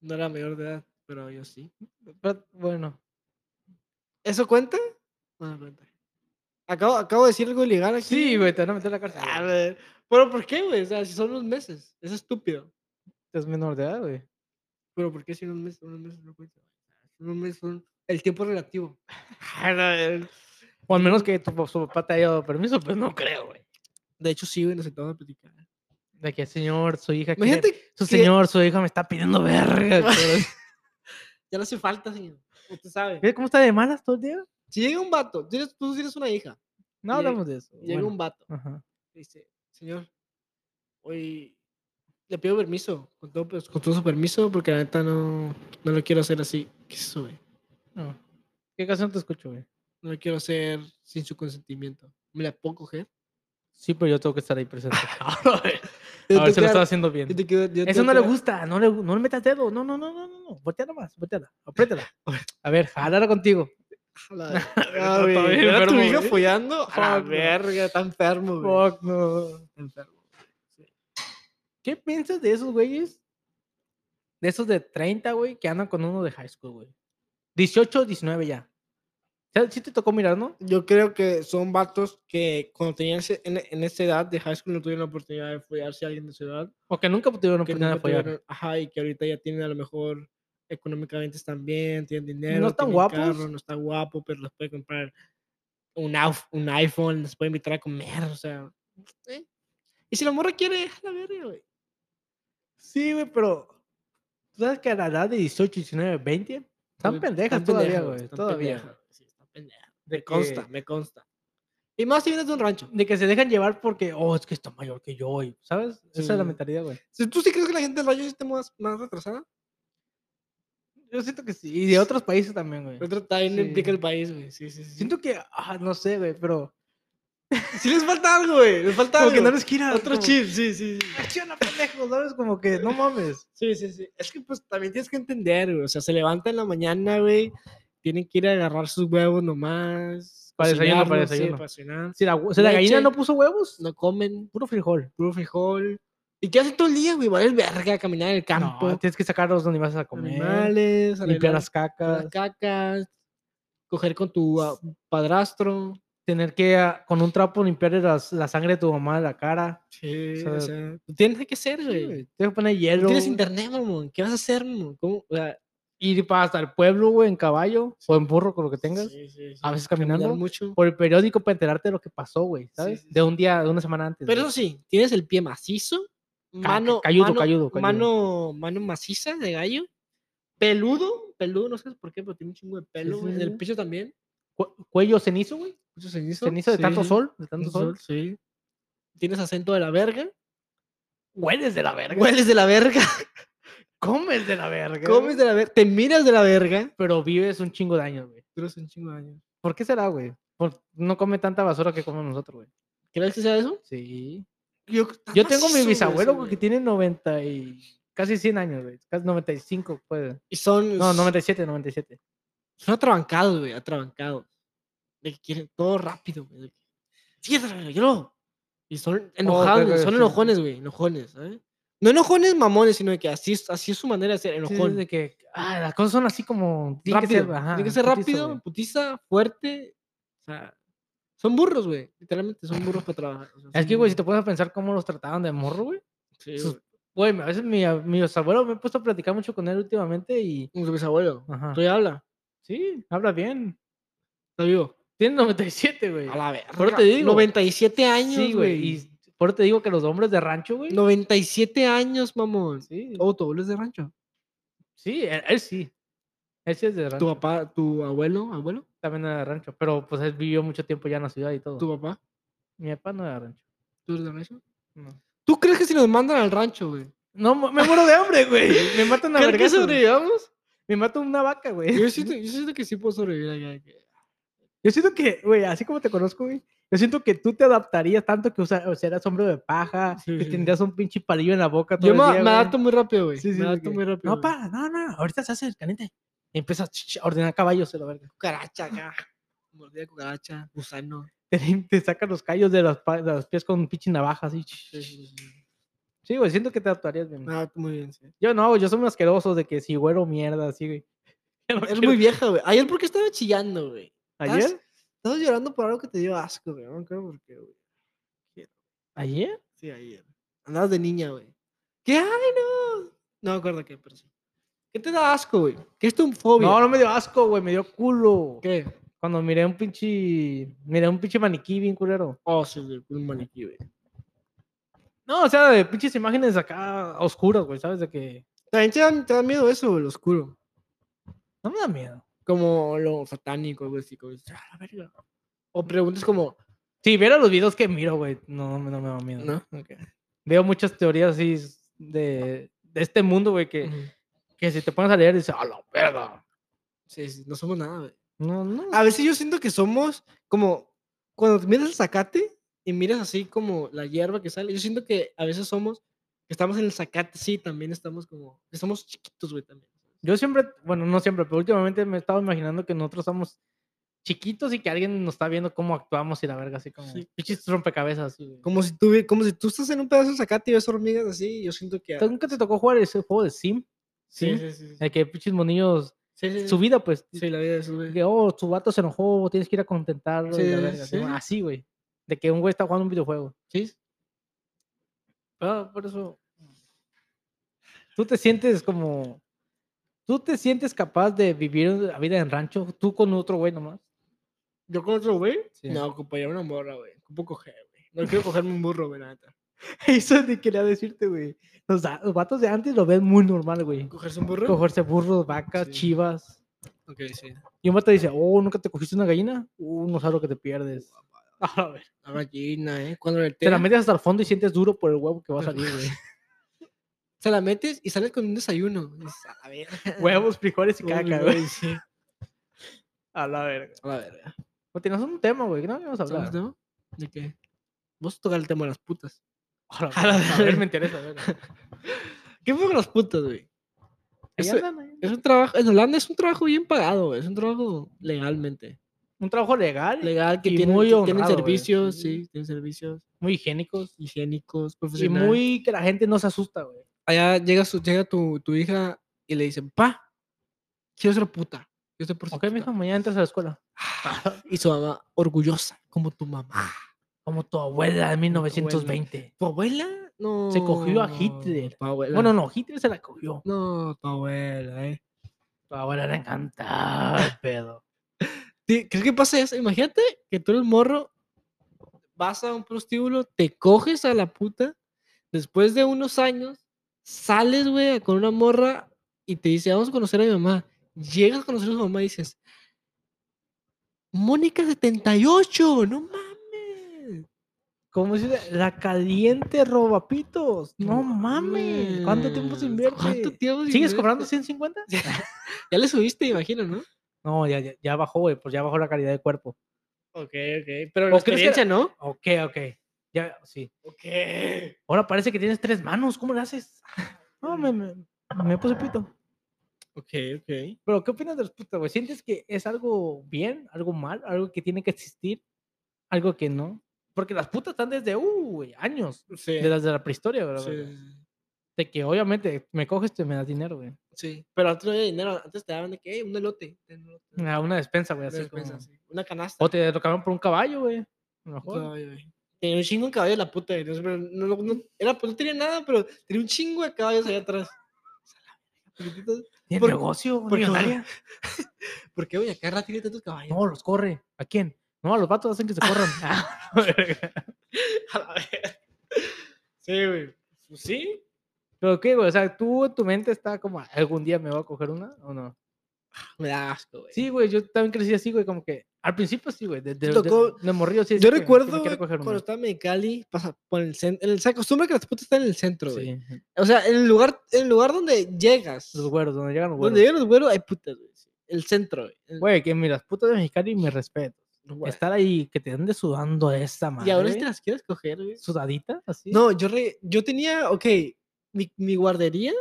Speaker 3: No era mayor de edad, pero yo sí.
Speaker 2: pero- bueno.
Speaker 3: ¿Eso cuenta? No, no cuenta. Acabo, acabo de decir algo ilegal aquí.
Speaker 2: Sí, güey, te van a meter a la cárcel.
Speaker 3: A
Speaker 2: güey.
Speaker 3: ver. Pero ¿por qué, güey? O sea, si son unos meses. Es estúpido.
Speaker 2: Estás menor de edad, güey.
Speaker 3: Pero ¿por qué si unos meses, unos meses no cuenta? Un mes son- El tiempo relativo.
Speaker 2: Ah, O al menos que tu, pa- su papá te haya dado permiso, pues no creo, güey.
Speaker 3: De hecho, sí, güey, nos sentamos a platicar.
Speaker 2: De que, señor, su hija. quiere-
Speaker 3: Imagínate
Speaker 2: su
Speaker 3: que-
Speaker 2: señor, su hija me está pidiendo verga. cabrón".
Speaker 3: Ya no hace falta, señor. Usted sabe.
Speaker 2: Mira ¿Cómo está de malas todo el día?
Speaker 3: Si llega un vato, tienes- tú tienes una hija,
Speaker 2: No
Speaker 3: Llega-
Speaker 2: hablamos de eso.
Speaker 3: y llega
Speaker 2: bueno.
Speaker 3: un vato,
Speaker 2: Ajá.
Speaker 3: y dice, señor, hoy le pido permiso, con todo, pues, con todo su permiso, porque la neta no, no lo quiero hacer así. ¿Qué es eso, güey?
Speaker 2: No. ¿Qué canción te escucho, güey?
Speaker 3: No lo quiero hacer sin su consentimiento. ¿Me la puedo coger?
Speaker 2: Sí, pero yo tengo que estar ahí presente.
Speaker 3: a ver,
Speaker 2: A ver si lo estás haciendo bien. Eso no le gusta, no le, gu- no le metas dedo. No, no, no, no, no, no. Voltea nomás, volteala, apriétala. A ver, jálala contigo.
Speaker 3: Ah,
Speaker 2: Está
Speaker 3: güey,
Speaker 2: bien
Speaker 3: ver a tu
Speaker 2: enfermo,
Speaker 3: hijo
Speaker 2: güey.
Speaker 3: follando. ¿eh? A la
Speaker 2: Fuck, no.
Speaker 3: verga, tan enfermo, güey.
Speaker 2: Fuck, no.
Speaker 3: Está enfermo.
Speaker 2: ¿Qué piensas de esos güeyes? De esos de 30, güey, que andan con uno de high school, güey. 18, 19 ya. ¿Sabes? Sí te tocó mirar, ¿no?
Speaker 3: Yo creo que son vatos que cuando tenían ese- en, en esa edad de high school no tuvieron la oportunidad de follarse a alguien de su edad.
Speaker 2: O que nunca tuvieron
Speaker 3: que
Speaker 2: oportunidad de
Speaker 3: nunca
Speaker 2: apoyar.
Speaker 3: tuvieron- ajá, y que ahorita ya tienen a lo mejor económicamente están bien, tienen dinero.
Speaker 2: están
Speaker 3: tienen
Speaker 2: guapos.
Speaker 3: carro, no están guapos, pero les puede comprar un, auf- un iPhone, les puede invitar a comer, o sea. ¿eh? Y si la morra quiere, a la verga, güey.
Speaker 2: Sí, güey, pero. ¿Tú sabes que a la edad de 18, 19, 20? Están
Speaker 3: Güey,
Speaker 2: pendejas
Speaker 3: están
Speaker 2: todavía,
Speaker 3: pendejas,
Speaker 2: güey.
Speaker 3: están
Speaker 2: Todavía.
Speaker 3: pendejas, güey, sí, están pendejas,
Speaker 2: De
Speaker 3: Me consta,
Speaker 2: que-
Speaker 3: me consta. Y más si vienes de un rancho.
Speaker 2: De que se dejan llevar porque, oh, es que está mayor que yo, y- ¿sabes? Esa es la
Speaker 3: Sí.
Speaker 2: mentalidad, güey.
Speaker 3: Si tú sí crees que la gente del rancho sí está más, más retrasada,
Speaker 2: Yo siento que sí. Y de otros países también, güey.
Speaker 3: Otro también implica
Speaker 2: Sí.
Speaker 3: el país, güey. Sí, sí, sí.
Speaker 2: Siento que, ah, no sé, güey, pero.
Speaker 3: Sí les falta algo, güey. Les falta
Speaker 2: Como
Speaker 3: algo.
Speaker 2: que no les gira.
Speaker 3: Otro
Speaker 2: como,
Speaker 3: chip, sí, sí, sí.
Speaker 2: "Acciona, pendejo, ¿sabes? Como que no mames.
Speaker 3: Sí, sí, sí. Es que pues también tienes que entender, güey. O sea, se levanta en la mañana, güey. Tienen que ir a agarrar sus huevos nomás.
Speaker 2: Para desayuno, para
Speaker 3: cocinarlos, sí,
Speaker 2: desayuno.
Speaker 3: para cenar.
Speaker 2: Si la, hue- si la gallina
Speaker 3: Leche.
Speaker 2: no puso huevos,
Speaker 3: No comen
Speaker 2: puro frijol.
Speaker 3: puro frijol. ¿Y qué hacen todo el día, güey? Vale, verga, caminar en el campo.
Speaker 2: No, tienes que sacarlos donde vas a comer.
Speaker 3: animales,
Speaker 2: limpiar
Speaker 3: arreglar
Speaker 2: las cacas.
Speaker 3: las cacas. Coger con tu ah, padrastro.
Speaker 2: Tener que, ah, con un trapo, limpiar las- la sangre de tu mamá de la cara.
Speaker 3: Sí,
Speaker 2: o
Speaker 3: o sea, tú tienes que ser,
Speaker 2: Sí,
Speaker 3: güey.
Speaker 2: güey, Tienes que poner hielo.
Speaker 3: No tienes internet, mamón. ¿Qué vas a hacer, mamón? ¿Cómo? O sea,
Speaker 2: Ir para hasta el pueblo, güey, en caballo o en burro, con lo que tengas.
Speaker 3: sí, sí, sí,
Speaker 2: a veces
Speaker 3: caminar
Speaker 2: caminando.
Speaker 3: mucho.
Speaker 2: por el periódico para enterarte de lo que pasó, güey, ¿sabes?
Speaker 3: sí,
Speaker 2: De un día, de una semana antes.
Speaker 3: Pero
Speaker 2: güey.
Speaker 3: eso sí, tienes el pie macizo,
Speaker 2: ca-
Speaker 3: mano,
Speaker 2: calludo,
Speaker 3: mano,
Speaker 2: calludo, calludo.
Speaker 3: mano, mano maciza de gallo, peludo, peludo, no sé por qué, pero tiene un chingo de pelo,
Speaker 2: sí,
Speaker 3: güey, en
Speaker 2: sí.
Speaker 3: el pecho también.
Speaker 2: Cu- cuello cenizo, güey.
Speaker 3: Mucho cenizo.
Speaker 2: Cenizo de
Speaker 3: sí,
Speaker 2: tanto
Speaker 3: sí,
Speaker 2: sol, de tanto
Speaker 3: tanto
Speaker 2: sol.
Speaker 3: sol, sí. Tienes acento de la verga,
Speaker 2: Hueles de la verga.
Speaker 3: hueles de la verga,
Speaker 2: Comes de la verga.
Speaker 3: comes de la verga, te miras de la verga.
Speaker 2: Pero vives un chingo de años, güey.
Speaker 3: Pero es un chingo de años.
Speaker 2: ¿Por qué será, güey? Por- no come tanta basura que comemos nosotros, güey.
Speaker 3: ¿Crees que sea eso?
Speaker 2: Sí.
Speaker 3: Yo,
Speaker 2: Yo tengo mi bisabuelo, güey,
Speaker 3: güey.
Speaker 2: que tiene 90 y... Casi 100 años, güey. Casi 95, puede.
Speaker 3: Y son.
Speaker 2: No, 97, 97.
Speaker 3: Son atrabancados, güey, atrabancados. De que quieren todo rápido, güey. de que, Sí, tráemelo, yo lo. Y son enojados,
Speaker 2: claro,
Speaker 3: güey,
Speaker 2: Oh, sí,
Speaker 3: son
Speaker 2: sí,
Speaker 3: enojones, güey, enojones, ¿sabes? No enojones mamones, sino de que así es, así es su manera de ser,
Speaker 2: Sí, es
Speaker 3: enojón.
Speaker 2: de que... Ah, las cosas son así como... tienen que
Speaker 3: rápido.
Speaker 2: ser, ajá,
Speaker 3: Tiene que ser
Speaker 2: putiza,
Speaker 3: rápido,
Speaker 2: güey.
Speaker 3: putiza, fuerte. O sea, son burros, güey. Literalmente son burros para trabajar. o sea,
Speaker 2: Es
Speaker 3: son
Speaker 2: que, güey, si te
Speaker 3: burros.
Speaker 2: pones a pensar cómo los trataban de morro, güey.
Speaker 3: Sí,
Speaker 2: sus-
Speaker 3: güey.
Speaker 2: Güey, a veces mi, ab- mi bisabuelo me he puesto a platicar mucho con él últimamente y.
Speaker 3: Como su bisabuelo.
Speaker 2: Ajá.
Speaker 3: Todavía habla.
Speaker 2: Sí, habla bien.
Speaker 3: Está vivo.
Speaker 2: Tiene 97, güey.
Speaker 3: A la verga.
Speaker 2: te digo.
Speaker 3: 97 años,
Speaker 2: Sí, güey.
Speaker 3: güey.
Speaker 2: Y por eso te digo que los hombres de rancho, güey.
Speaker 3: 97 años, mamón.
Speaker 2: Sí,
Speaker 3: Autobules de rancho.
Speaker 2: sí él, él sí. Él sí es de rancho.
Speaker 3: tu papá, tu abuelo, abuelo,
Speaker 2: También era de rancho. Pero pues él vivió mucho tiempo ya en la ciudad y todo.
Speaker 3: tu papá,
Speaker 2: Mi papá no era de rancho.
Speaker 3: tú eres de rancho.
Speaker 2: No,
Speaker 3: ¿Tú crees que si nos mandan al rancho, güey?
Speaker 2: No, mu- me muero de hambre, güey. Me matan una
Speaker 3: ¿Crees que
Speaker 2: vergazo, güey.
Speaker 3: sobrevivamos?
Speaker 2: Me mata una vaca, güey.
Speaker 3: Yo siento, yo siento que sí puedo sobrevivir allá. de que-
Speaker 2: Yo siento que, güey, así como te conozco, güey, yo siento que tú te adaptarías tanto que usa- usarías hombro de paja,
Speaker 3: Sí,
Speaker 2: que
Speaker 3: sí, sí.
Speaker 2: tendrías un pinche palillo en la boca todo
Speaker 3: Yo
Speaker 2: el
Speaker 3: me,
Speaker 2: día,
Speaker 3: me
Speaker 2: güey.
Speaker 3: adapto muy rápido, güey.
Speaker 2: Sí, sí,
Speaker 3: me adapto
Speaker 2: porque-
Speaker 3: muy rápido.
Speaker 2: No, para, no, no, ahorita se hace el caliente. Y empiezas ch- ch- a ordenar caballos, se lo verga.
Speaker 3: Cucaracha acá. Mordida cucaracha, gusano.
Speaker 2: Te, lim- te sacan los callos de los, pa- de los pies con pinche navaja, así. ch-
Speaker 3: Sí, Ah. sí, sí, sí.
Speaker 2: Sí, güey, siento que te adaptarías bien.
Speaker 3: Me adapto muy bien, sí.
Speaker 2: Yo no, güey, yo soy un asqueroso de que si güero mierda, así, güey. Ya no
Speaker 3: Eres
Speaker 2: quiero-
Speaker 3: muy vieja, güey. Ayer, ¿por qué estaba chillando, güey? ¿Estás-
Speaker 2: ¿Ayer?
Speaker 3: Estabas llorando por algo que te dio asco, güey. No creo por qué, güey.
Speaker 2: ¿Ayer?
Speaker 3: Sí, ayer. Andabas de niña, güey. ¿Qué? ¡Ay, no! No me acuerdo qué, pero sí. ¿Qué te da asco, güey? ¿Qué es tu fobia?
Speaker 2: No, no me dio asco, güey, me dio culo.
Speaker 3: ¿Qué?
Speaker 2: Cuando miré un pinche. Miré un pinche maniquí bien culero.
Speaker 3: Oh, sí, güey, un maniquí, güey.
Speaker 2: No, o sea, de pinches imágenes acá oscuras, güey, ¿sabes? De que.
Speaker 3: También te da, te da miedo eso, güey, lo oscuro.
Speaker 2: No me da miedo.
Speaker 3: Como lo satánico, algo así. Como, "Ah, la verga". O preguntas como,
Speaker 2: Si viera los videos que miro, güey, no, no me da miedo.
Speaker 3: ¿no? Ok.
Speaker 2: Veo muchas teorías así de, de este mundo, güey, que,
Speaker 3: Ujú.
Speaker 2: que si te pones a leer, dices, a la verga.
Speaker 3: Sí, sí, no somos nada, güey.
Speaker 2: No, no.
Speaker 3: A veces yo siento que somos como cuando miras el zacate y miras así como la hierba que sale. Yo siento que a veces somos que estamos en el zacate, sí, también estamos como estamos chiquitos, güey, también.
Speaker 2: Yo siempre, bueno, no siempre, pero últimamente me he estado imaginando que nosotros somos chiquitos y que alguien nos está viendo cómo actuamos y la verga, así como.
Speaker 3: Sí.
Speaker 2: Pinches rompecabezas, así, güey.
Speaker 3: Como si tú vi- como si tú estás en un pedazo de zacate y ves hormigas así, yo siento que a-
Speaker 2: ¿Tú ¿Nunca te tocó jugar ese juego de Sim?
Speaker 3: sí, sí, sí. sí,
Speaker 2: El que pinches monillos,
Speaker 3: sí, sí,
Speaker 2: su vida, pues.
Speaker 3: sí, la vida de esos, güey.
Speaker 2: que, oh, tu vato se enojó, tienes que ir a contentarlo. y la
Speaker 3: Sí,
Speaker 2: verga,
Speaker 3: sí.
Speaker 2: Simón, Así, güey. De que un güey está jugando un videojuego.
Speaker 3: Sí.
Speaker 2: Pero por eso. Tú te sientes como. Tú te sientes capaz de vivir la vida en rancho, tú con otro güey nomás.
Speaker 3: Yo con otro güey,
Speaker 2: Sí.
Speaker 3: no, ocuparía una morra, güey. Ocupo coger, güey. No quiero cogerme un burro, güey, la neta.
Speaker 2: Eso te quería decirte, güey. Los, da- los vatos de antes lo ven muy normal, güey.
Speaker 3: ¿Cogerse un burro?
Speaker 2: Cogerse burros, vacas,
Speaker 3: Sí.
Speaker 2: chivas.
Speaker 3: Ok, sí.
Speaker 2: Y un vato dice, oh, ¿nunca te cogiste una gallina? Uh, no sabes lo que te pierdes. A ver.
Speaker 3: La gallina, ¿eh? Cuando le
Speaker 2: Te la metes hasta el fondo y sientes duro por el huevo que va a salir, güey.
Speaker 3: Se la metes y sales con un desayuno. Y dices, a la verga.
Speaker 2: Huevos, frijoles y
Speaker 3: Uy,
Speaker 2: caca,
Speaker 3: güey,
Speaker 2: güey.
Speaker 3: sí.
Speaker 2: A la verga.
Speaker 3: A la verga.
Speaker 2: Pues tienes un tema, güey. que No, vamos a
Speaker 3: ¿Sabes,
Speaker 2: hablar.
Speaker 3: no? ¿De qué? Vos tocar el tema de las putas.
Speaker 2: A la
Speaker 3: A la
Speaker 2: verga, a ver,
Speaker 3: verga.
Speaker 2: me interesa. a ver.
Speaker 3: ¿Qué fue con las putas, güey?
Speaker 2: Ahí
Speaker 3: Eso-
Speaker 2: andan, ahí.
Speaker 3: Es un trabajo, en Holanda es un trabajo bien pagado, güey. Es un trabajo legalmente.
Speaker 2: Un trabajo legal,
Speaker 3: Legal, que
Speaker 2: Y
Speaker 3: tiene
Speaker 2: muy honrado, güey.
Speaker 3: servicios,
Speaker 2: Sí.
Speaker 3: sí, tienen servicios
Speaker 2: muy higiénicos
Speaker 3: higiénicos,
Speaker 2: y
Speaker 3: profesionales.
Speaker 2: muy que la gente no se asusta, güey.
Speaker 3: allá llega, su, llega tu, tu hija y le dicen, pa, quiero ser puta. Yo estoy por
Speaker 2: Ok, mijo, mañana entras a la escuela.
Speaker 3: Y su mamá, orgullosa, como tu mamá.
Speaker 2: Como tu abuela de 1920.
Speaker 3: 1920. ¿Tu abuela? No.
Speaker 2: Se cogió a Hitler.
Speaker 3: Tu abuela.
Speaker 2: Bueno, no, Hitler se la cogió.
Speaker 3: No, tu abuela, eh.
Speaker 2: Tu abuela le encantaba el pedo.
Speaker 3: Ti- ¿Crees que pasa eso? Imagínate que tú eres morro, vas a un prostíbulo, te coges a la puta, después de unos años, sales, güey, con una morra y te dice, vamos a conocer a mi mamá. Llegas a conocer a su mamá y dices, Mónica 78, no mames.
Speaker 2: ¿Cómo se dice? La caliente robapitos. No mames. ¿Cuánto tiempo se
Speaker 3: mames,
Speaker 2: invierte?
Speaker 3: ¿Cuánto tiempo se
Speaker 2: ¿Sigues
Speaker 3: invierte?
Speaker 2: cobrando 150?
Speaker 3: Ya le subiste, imagino, ¿no?
Speaker 2: No, ya, ya, ya bajó, güey. Pues ya bajó la calidad de cuerpo.
Speaker 3: Ok, ok. Pero
Speaker 2: la
Speaker 3: la experiencia, ¿no?
Speaker 2: Ok, ok. Ya, sí.
Speaker 3: Ok.
Speaker 2: Ahora parece que tienes tres manos. ¿Cómo le haces? No, me, me, me puse pito.
Speaker 3: Ok, ok.
Speaker 2: Pero, ¿qué opinas de los putas, güey? ¿Sientes que es algo bien, algo mal, algo que tiene que existir, algo que no? Porque las putas están desde, uh, güey, años.
Speaker 3: Sí.
Speaker 2: De las de la prehistoria, güey. la
Speaker 3: sí,
Speaker 2: verdad.
Speaker 3: sí, sí.
Speaker 2: De que obviamente me coges, te me das dinero, güey.
Speaker 3: Sí, Mm, pero antes no había dinero, antes te daban de que, "Ey, un elote. ten un elote,
Speaker 2: A Una despensa, güey.
Speaker 3: una
Speaker 2: así
Speaker 3: despensa,
Speaker 2: como-
Speaker 3: sí, Una canasta.
Speaker 2: O te lo cambiaron por un caballo, güey. A lo mejor.
Speaker 3: Ay, güey. Tenía un chingo de caballos la puta, güey, no sé, pero no, no- no- era, pues, no tenía nada, pero tenía un chingo de caballos allá atrás. O sea, la verga, ¿por qué tantos-
Speaker 2: Tiene
Speaker 3: por-
Speaker 2: negocio,
Speaker 3: porque-
Speaker 2: millonaria.
Speaker 3: ¿Por qué Boyacarra tiene tantos caballos?
Speaker 2: No, los corre. ¿A quién? No, a los vatos hacen que se corran. Ah, verga.
Speaker 3: A la verga. Sí, güey. Pues sí.
Speaker 2: Pero, ¿qué, güey? O sea, tú en tu mente está como, ¿algún día me voy a coger una o no?
Speaker 3: Me da asco, güey.
Speaker 2: Sí, güey, yo también crecí así, güey, como que al principio sí, güey, de, de, de-
Speaker 3: tocó-
Speaker 2: de morrillo sí.
Speaker 3: Yo
Speaker 2: decía,
Speaker 3: recuerdo
Speaker 2: "Sí me quiero
Speaker 3: güey,
Speaker 2: coger una".
Speaker 3: cuando estaba en Mexicali, pasa por el centro. Se acostumbra que las putas están en el centro, güey.
Speaker 2: Sí,
Speaker 3: O sea, en el lugar, en el lugar donde llegas.
Speaker 2: los güeros, donde llegan los
Speaker 3: Donde
Speaker 2: güeros.
Speaker 3: llegan los güeros hay putas, güey. sí. El centro, güey. El-
Speaker 2: Güey, que mira, las putas de Mexicali, mi respeto.
Speaker 3: no, güey.
Speaker 2: Estar ahí, que te ande sudando a esa madre.
Speaker 3: Y ahora si te las quieres coger,
Speaker 2: este
Speaker 3: güey.
Speaker 2: sudadita, así.
Speaker 3: No, yo, re- yo tenía, ok, mi, mi guardería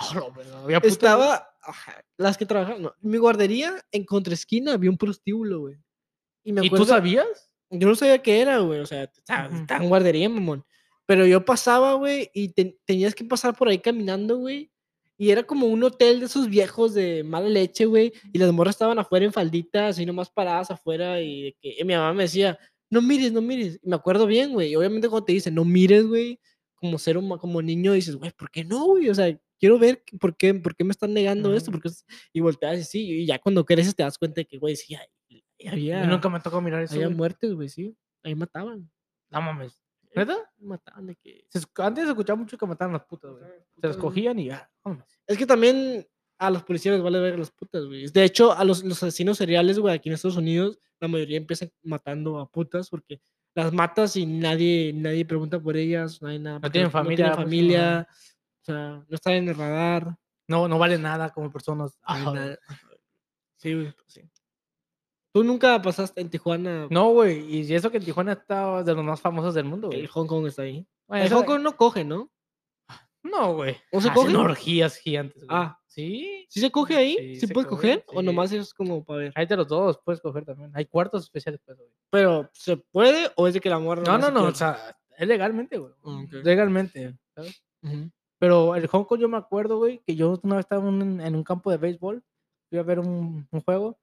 Speaker 2: Oh, no,
Speaker 3: pues,
Speaker 2: güey, no, había putas, güey.
Speaker 3: estaba, ajá, las que trabajaban, no, mi guardería en contraesquina había un prostíbulo, güey. Y me
Speaker 2: ¿Y tú
Speaker 3: acuerdo,
Speaker 2: sabías?
Speaker 3: yo no sabía qué era, güey, o sea, estaba,
Speaker 2: Ujú.
Speaker 3: estaba en guardería, mamón. Pero yo pasaba, güey, y te- tenías que pasar por ahí caminando, güey. Y era como un hotel de esos viejos de mala leche, güey. Y las morras estaban afuera en falditas, así nomás paradas afuera. Y, de que, y mi mamá me decía, no mires, no mires. Y me acuerdo bien, güey. y Obviamente cuando te dicen, no mires, güey, como ser huma- como niño dices, güey, ¿por qué no, güey? O sea, quiero ver qué- por qué, por qué me están negando esto.
Speaker 2: Ujú.
Speaker 3: Porque es- y volteas y sí, y ya cuando creces te das cuenta de que, güey, sí, hay- había,
Speaker 2: Yo nunca me tocó mirar eso.
Speaker 3: había
Speaker 2: güey.
Speaker 3: muertes, güey, sí. Ahí mataban.
Speaker 2: No mames. ¿Neta?
Speaker 3: Mataban de que...
Speaker 2: Se escu- antes se escuchaba mucho que mataban a las putas, güey. Se las cogían y ya. vámonos.
Speaker 3: Es que también a los policías les vale ver a las putas, güey. De hecho, a los, los asesinos seriales, güey, aquí en Estados Unidos, la mayoría empiezan matando a putas porque las matas y nadie, nadie pregunta por ellas, no hay nada. porque
Speaker 2: tienen familia, pues, sí,
Speaker 3: familia, o sea, no están en el radar.
Speaker 2: No, no vale nada como personas.
Speaker 3: no hay
Speaker 2: Ajá.
Speaker 3: nada. Sí, güey, pues sí. Tú nunca pasaste en Tijuana.
Speaker 2: No, güey. Y eso que en Tijuana está de los más famosos del mundo,
Speaker 3: El
Speaker 2: güey.
Speaker 3: Hong Kong está ahí.
Speaker 2: Bueno,
Speaker 3: el
Speaker 2: eso-
Speaker 3: Hong Kong no coge, ¿no?
Speaker 2: No, güey. Ah,
Speaker 3: ¿No se
Speaker 2: Hacen
Speaker 3: cogen?
Speaker 2: orgías gigantes, güey.
Speaker 3: Ah.
Speaker 2: Sí.
Speaker 3: ¿Sí se coge ahí?
Speaker 2: Sí,
Speaker 3: ¿Sí,
Speaker 2: se
Speaker 3: puedes
Speaker 2: coge,
Speaker 3: coger? ¿O
Speaker 2: sí.
Speaker 3: nomás es como para ver?
Speaker 2: Hay de los dos, puedes coger también. Hay cuartos especiales para eso, güey.
Speaker 3: ¿Pero se puede o es de que la morra
Speaker 2: No, no,
Speaker 3: nomás se
Speaker 2: no. O
Speaker 3: quiere?
Speaker 2: sea, es legalmente, güey.
Speaker 3: Ah, ok.
Speaker 2: Legalmente, ¿sabes?
Speaker 3: Ujú.
Speaker 2: Pero el Hong Kong yo me acuerdo, güey, que yo una vez estaba en, un- en un campo de béisbol, fui a ver un, un juego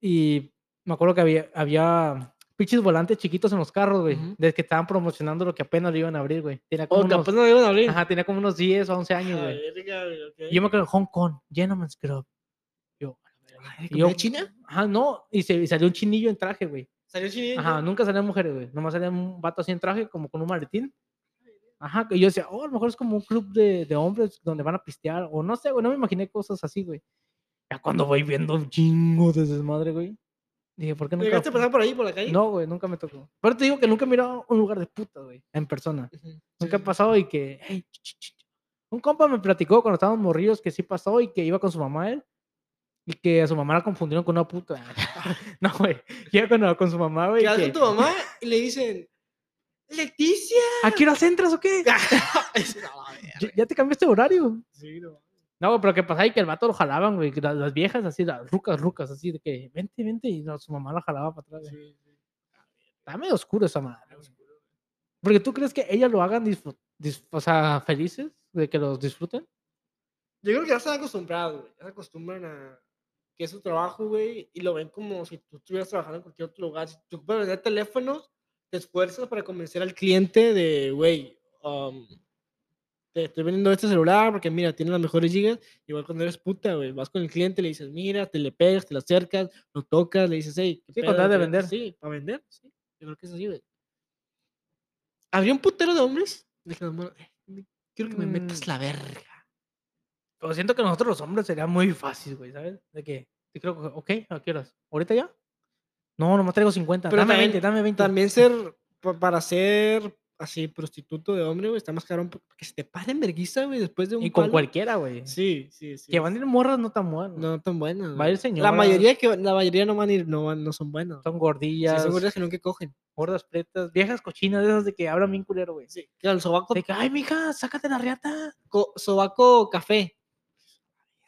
Speaker 2: y me acuerdo que había, había pinches volantes chiquitos en los carros, güey,
Speaker 3: Ujú. Oh,
Speaker 2: de que estaban promocionando lo que apenas lo iban a abrir, güey. Tenía como,
Speaker 3: O
Speaker 2: unos,
Speaker 3: capaz no deben abrir.
Speaker 2: ajá, tenía como unos 10 o 11 años,
Speaker 3: Ah,
Speaker 2: güey.
Speaker 3: verga, güey, ok.
Speaker 2: Y Yo me acuerdo, Hong Kong, Gentleman's Club. Yo, a la verga.
Speaker 3: Ay,
Speaker 2: Y
Speaker 3: ¿comida
Speaker 2: yo-
Speaker 3: china?
Speaker 2: Ajá, no, y, se, y salió un chinillo en traje, güey.
Speaker 3: ¿Salió china?
Speaker 2: Ajá, nunca salían mujeres, güey. Nomás salía un vato así en traje, como con un maletín. Ajá, que yo decía, oh, a lo mejor es como un club de, de hombres donde van a pistear, o no sé, güey, no me imaginé cosas así, güey. Ya cuando voy viendo un chingo de desmadre, güey. Dije, ¿por qué nunca?
Speaker 3: ¿Llegaste a pasar por ahí, por la calle?
Speaker 2: No, güey, nunca me tocó. Pero te digo que nunca he mirado un lugar de puta, güey, en persona.
Speaker 3: Ujú, sí,
Speaker 2: Nunca ha
Speaker 3: sí.
Speaker 2: pasado y que, "Ey, ch, ch, ch, ch". Un compa me platicó cuando estábamos morridos que sí pasó y que iba con su mamá él. Y que a su mamá la confundieron con una puta. No, güey. Iba con, con su mamá, güey.
Speaker 3: Llegas
Speaker 2: que-
Speaker 3: con tu mamá y le dicen, ¡Leticia!
Speaker 2: ¿A qué horas entras o qué?
Speaker 3: Y dices, "A la verga".
Speaker 2: ¿Ya, ya te cambiaste de horario?
Speaker 3: Sí, no.
Speaker 2: No, güey, pero que pasaba y que el vato lo jalaban, güey. que la- Las, viejas así, las rucas, rucas, así de que vente, vente. Y no, su mamá la jalaba para atrás. güey.
Speaker 3: Sí, sí.
Speaker 2: Está medio oscuro esa madre. güey. Porque tú crees que ellas lo hagan disfru- dis- o sea, felices, de que los disfruten.
Speaker 3: Yo creo que ya están acostumbrados, güey. Ya se acostumbran a que es su trabajo, güey, y lo ven como si tú estuvieras trabajando en cualquier otro lugar. Si tú puedes vender teléfonos, te esfuerzas para convencer al cliente de, güey, um, te estoy vendiendo este celular porque, mira, tiene las mejores gigas. Igual cuando eres puta, güey, vas con el cliente, le dices, mira, te le pegas, te le acercas, lo tocas, le dices, hey, ¿qué
Speaker 2: Sí, con tal de
Speaker 3: ¿Qué-
Speaker 2: vender.
Speaker 3: Sí, para vender, sí. Yo creo que es así, güey. ¿Habría un putero de hombres? De que las morras, "Eh, Quiero que me metas
Speaker 2: Mm.
Speaker 3: la verga.
Speaker 2: Pero siento que nosotros los hombres sería muy fácil, güey, ¿sabes? De que te creo que, ok, ¿a qué horas? ¿Ahorita ya? No, nomás traigo 50.
Speaker 3: Pero
Speaker 2: dame
Speaker 3: también-
Speaker 2: 20, dame 20.
Speaker 3: También ser, pa- para ser así, prostituto de hombre, güey, está más caro que se te paren verguiza, güey, después de un
Speaker 2: y con
Speaker 3: palo.
Speaker 2: cualquiera, güey.
Speaker 3: Sí, sí, sí.
Speaker 2: que van a ir morras, no tan buenas.
Speaker 3: No tan buenas.
Speaker 2: Va a ir
Speaker 3: güey.
Speaker 2: señoras.
Speaker 3: La mayoría que la mayoría no van a ir, no, van- no son buenas.
Speaker 2: Son
Speaker 3: Sí,
Speaker 2: gordillas.
Speaker 3: son gordas que nunca cogen.
Speaker 2: gordas pretas, viejas cochinas, de esas de que hablan bien culero, güey.
Speaker 3: Sí, claro, el sobaco,
Speaker 2: De que, ay, mija, sácate la riata.
Speaker 3: co- sobaco café.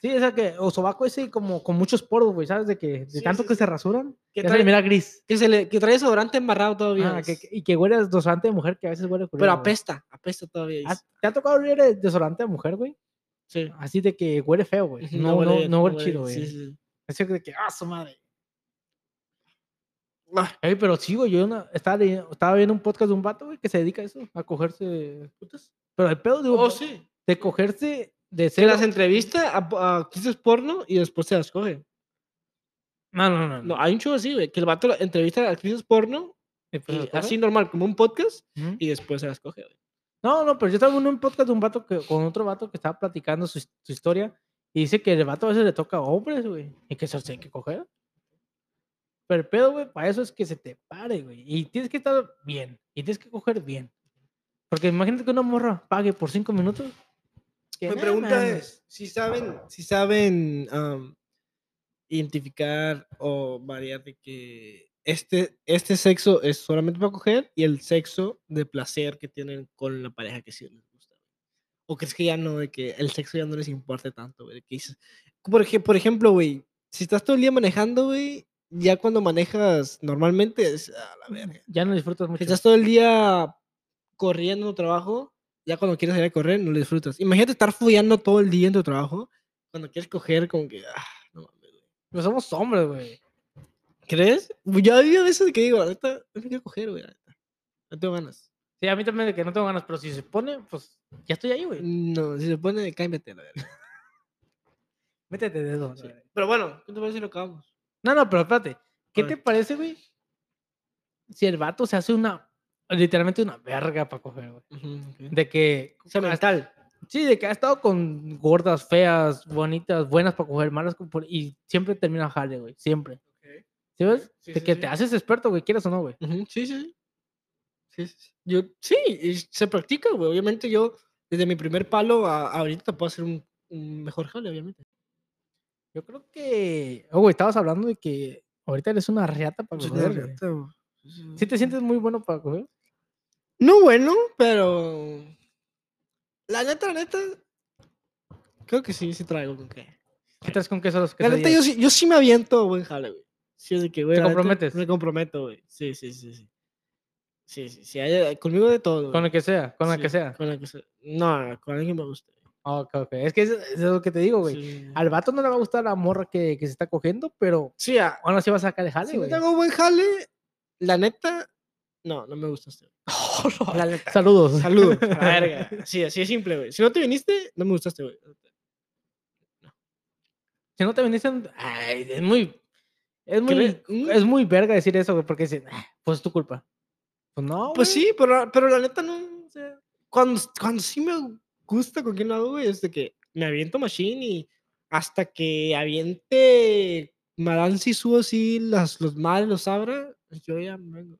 Speaker 2: Sí, esa que, o sobaco ese como con muchos poros, güey, ¿sabes? De que, de
Speaker 3: Sí,
Speaker 2: tanto
Speaker 3: sí,
Speaker 2: que
Speaker 3: sí.
Speaker 2: se rasuran,
Speaker 3: Que
Speaker 2: ya se le
Speaker 3: trae,
Speaker 2: mira gris.
Speaker 3: que, se le, que trae desodorante embarrado todavía.
Speaker 2: Ah, que-
Speaker 3: es-
Speaker 2: que- y que huele a desodorante de mujer, que a veces huele culero.
Speaker 3: pero
Speaker 2: güey.
Speaker 3: apesta, apesta todavía.
Speaker 2: Ah,
Speaker 3: dice.
Speaker 2: ¿Te ha tocado oler el desodorante de mujer, güey?
Speaker 3: Sí.
Speaker 2: Así de que huele feo, güey.
Speaker 3: Ujú,
Speaker 2: No, no,
Speaker 3: huele-
Speaker 2: no, huele chido, güey.
Speaker 3: Sí, sí, sí.
Speaker 2: Así de que, ah, su madre.
Speaker 3: Ah,
Speaker 2: Ey, pero sí, güey, yo una- estaba, leyendo- estaba viendo un podcast de un vato, güey, que se dedica a eso, a cogerse putas. Pero el pedo, digo,
Speaker 3: Oh, sí.
Speaker 2: de cogerse, de
Speaker 3: Se
Speaker 2: ser...
Speaker 3: las entrevista a, a actrices porno y después se las coge.
Speaker 2: No, no, no.
Speaker 3: No, hay un show así, güey, que el vato la- entrevista a actrices porno,
Speaker 2: ¿Y
Speaker 3: y
Speaker 2: pues las coge?
Speaker 3: así normal, como un podcast,
Speaker 2: Ujú.
Speaker 3: y después se las coge, güey.
Speaker 2: No, no, pero yo estaba en un podcast de un vato que, con otro vato que estaba platicando su, his- su historia y dice que el vato a veces le toca a hombres, güey, y que se los tiene que coger. Pero el pedo, güey, para eso es que se te pare, güey. Y tienes que estar bien, y tienes que coger bien. Porque imagínate que una morra pague por cinco minutos. que
Speaker 3: Mi
Speaker 2: no
Speaker 3: pregunta
Speaker 2: mames.
Speaker 3: es, si saben, si saben am, identificar o variar de que este, este sexo es solamente para coger y el sexo de placer que tienen con la pareja que sí les gusta. ¿O crees que ya no, de que el sexo ya no les importa tanto, güey? de que dices- Por, ej- por ejemplo, güey, si estás todo el día manejando, güey, ya cuando manejas normalmente es a la verga.
Speaker 2: Ya no disfrutas mucho.
Speaker 3: Si estás todo el día corriendo en tu trabajo, ya cuando quieres salir a correr, no lo disfrutas. Imagínate estar follando todo el día en tu trabajo, cuando quieres coger, como que. ah, no mames, güey.
Speaker 2: Pero Pues somos hombres, güey.
Speaker 3: ¿Crees? Yo había veces que digo, la neta, no me quiero coger, güey, la neta. No tengo ganas.
Speaker 2: Sí, a mí también de que no tengo ganas, pero si se pone, pues Ya estoy ahí, güey.
Speaker 3: No, si se pone, cámbiate. la verga.
Speaker 2: Métete de eso.
Speaker 3: Sí. Pero bueno, ¿qué te parece si lo acabamos?
Speaker 2: No, no, pero espérate. ¿Qué
Speaker 3: A
Speaker 2: te
Speaker 3: ver.
Speaker 2: parece, güey? Si el vato se hace una. Literalmente una verga para coger, güey. De que.
Speaker 3: O sea, mental.
Speaker 2: Sí, de que ha estado con gordas, feas, bonitas, buenas para coger, malas. con- por- Y siempre termina jale, güey. Siempre. ¿Sí ves?
Speaker 3: Sí,
Speaker 2: de
Speaker 3: sí,
Speaker 2: que
Speaker 3: sí.
Speaker 2: te haces experto, güey, quieras o no, güey.
Speaker 3: Ujú, Sí, sí, sí. Sí, sí, sí. Yo, sí, y se practica, güey. Obviamente yo, desde mi primer palo a, a ahorita puedo hacer un, un mejor jale, obviamente.
Speaker 2: Yo creo que. Oh, güey, estabas hablando de que ahorita eres una reata para
Speaker 3: Pues,
Speaker 2: coger. güey. ¿Sí te sientes muy bueno para coger?
Speaker 3: No bueno, pero... La neta, la neta... Creo que sí, sí traigo con qué.
Speaker 2: ¿Qué traes con qué esos
Speaker 3: La neta, yo
Speaker 2: quesadillas?
Speaker 3: sí, yo sí me aviento a buen jale, güey. Sí, es de que, güey,
Speaker 2: ¿Te
Speaker 3: la neta,
Speaker 2: comprometes?
Speaker 3: Me comprometo, güey. Sí, sí, sí, sí. Sí, sí, sí. hay- eh, conmigo de todo.
Speaker 2: Con
Speaker 3: güey.
Speaker 2: el que sea, con el que
Speaker 3: Sí,
Speaker 2: sea.
Speaker 3: Con el que sea. No, con alguien me gusta.
Speaker 2: Ok, ok. Es que eso, eso es lo que te digo, güey.
Speaker 3: Sí,
Speaker 2: Al vato no le va a gustar la morra que, que se está cogiendo, pero
Speaker 3: sí a-
Speaker 2: aún así va a sacar el jale,
Speaker 3: si no
Speaker 2: güey.
Speaker 3: tengo buen jale, la neta, no, no me gusta este.
Speaker 2: Oh,
Speaker 3: güey. La neta.
Speaker 2: Saludos.
Speaker 3: Saludos. a la verga. Sí, así es simple, güey. Si no te viniste, no me gustaste, güey.
Speaker 2: Si no te viniste, ay, es muy. Es muy,
Speaker 3: Cre- mm,
Speaker 2: es muy verga decir eso, güey, porque dicen, "Ah, pues es tu culpa. Pues no.
Speaker 3: Pues
Speaker 2: güey.
Speaker 3: sí, pero, pero la neta no. o sea, cuando, cuando sí me gusta con quién lo hago, güey, es de que me aviento machine y hasta que aviente Madame Sisu así, las, los males los abra, pues yo ya me vengo.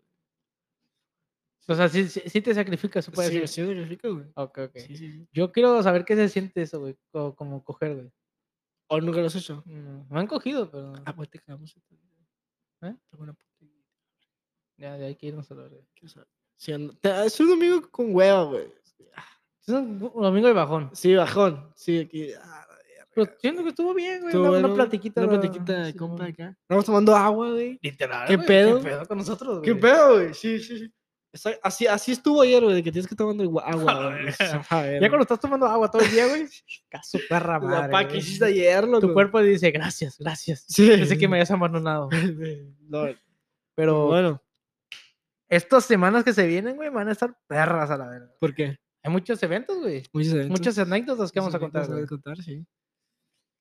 Speaker 2: O sea, sí, sí, sí te sacrificas, se puede
Speaker 3: Sí,
Speaker 2: decir.
Speaker 3: sí, me sacrifico, güey.
Speaker 2: Ok, ok.
Speaker 3: Sí, sí, sí.
Speaker 2: Yo quiero saber qué se siente eso, güey, co- como coger, güey.
Speaker 3: O nunca lo has hecho.
Speaker 2: No, me han cogido, pero no.
Speaker 3: Ah, pues te quedamos.
Speaker 2: ¿Eh?
Speaker 3: Tengo una puta idea,
Speaker 2: ya, ya hay que irnos a la verga.
Speaker 3: o sea, sí, ando- te- Es un domingo con hueva, güey.
Speaker 2: Es un bu- domingo de bajón.
Speaker 3: Sí, bajón. Sí, aquí. ah, la verga.
Speaker 2: Pero siento que estuvo bien, güey.
Speaker 3: Estuvo
Speaker 2: una, una
Speaker 3: bueno,
Speaker 2: platiquita.
Speaker 3: Una
Speaker 2: la-
Speaker 3: platiquita de
Speaker 2: sí,
Speaker 3: compa
Speaker 2: güey.
Speaker 3: acá. Estamos tomando agua, güey.
Speaker 2: Literal.
Speaker 3: ¿Qué
Speaker 2: güey,
Speaker 3: pedo?
Speaker 2: ¿Qué pedo con nosotros, güey?
Speaker 3: ¿Qué pedo, güey? Sí, sí, sí. Pues. Esa- Así, así estuvo ayer, güey, de que tienes que tomar agua.
Speaker 2: la
Speaker 3: agua güey.
Speaker 2: verga.
Speaker 3: A ver,
Speaker 2: Ya cuando estás tomando agua todo el día, güey. Caso perra
Speaker 3: güey. La
Speaker 2: madre.
Speaker 3: pa que
Speaker 2: güey.
Speaker 3: hiciste ayer, loco.
Speaker 2: Tu cuerpo dice, gracias, gracias.
Speaker 3: Sí.
Speaker 2: Pensé que me habías abandonado.
Speaker 3: No,
Speaker 2: Pero
Speaker 3: bueno,
Speaker 2: estas semanas que se vienen, güey, van a estar perras a la verga.
Speaker 3: ¿por qué?
Speaker 2: Hay muchos eventos, güey.
Speaker 3: Muchas eventos.
Speaker 2: Muchas anécdotas que vamos a
Speaker 3: Muchas
Speaker 2: contar,
Speaker 3: cosas que
Speaker 2: güey.
Speaker 3: contar, sí.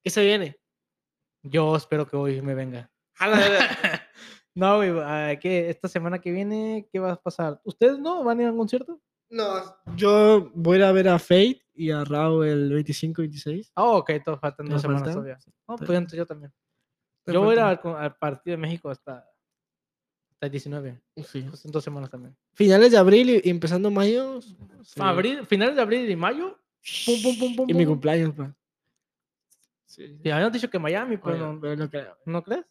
Speaker 3: ¿Qué se viene?
Speaker 2: Yo espero que hoy me venga.
Speaker 3: A la verga.
Speaker 2: No, güey, ah, ¿qué? esta semana que viene, ¿qué va a pasar? ¿Ustedes no van a ir a un concierto?
Speaker 3: no, yo voy a ir a ver a Fate y a Rao el 25, 26.
Speaker 2: Ah, ok, todos faltan
Speaker 3: Me
Speaker 2: dos semanas
Speaker 3: faltan,
Speaker 2: todavía. No,
Speaker 3: te-
Speaker 2: pues entonces yo también. Yo voy a ir
Speaker 3: Falta-
Speaker 2: al, con- al partido de México hasta, hasta el 19.
Speaker 3: Sí.
Speaker 2: pues, en dos semanas también.
Speaker 3: Finales de abril y y empezando mayo. sí.
Speaker 2: Abril, finales de abril y mayo. Pum, pum, pum, pum,
Speaker 3: Y mi
Speaker 2: pum.
Speaker 3: cumpleaños, pa. Sí.
Speaker 2: Ya habían dicho que Miami, pero
Speaker 3: Bueno,
Speaker 2: no,
Speaker 3: pero no creo.
Speaker 2: ¿no crees?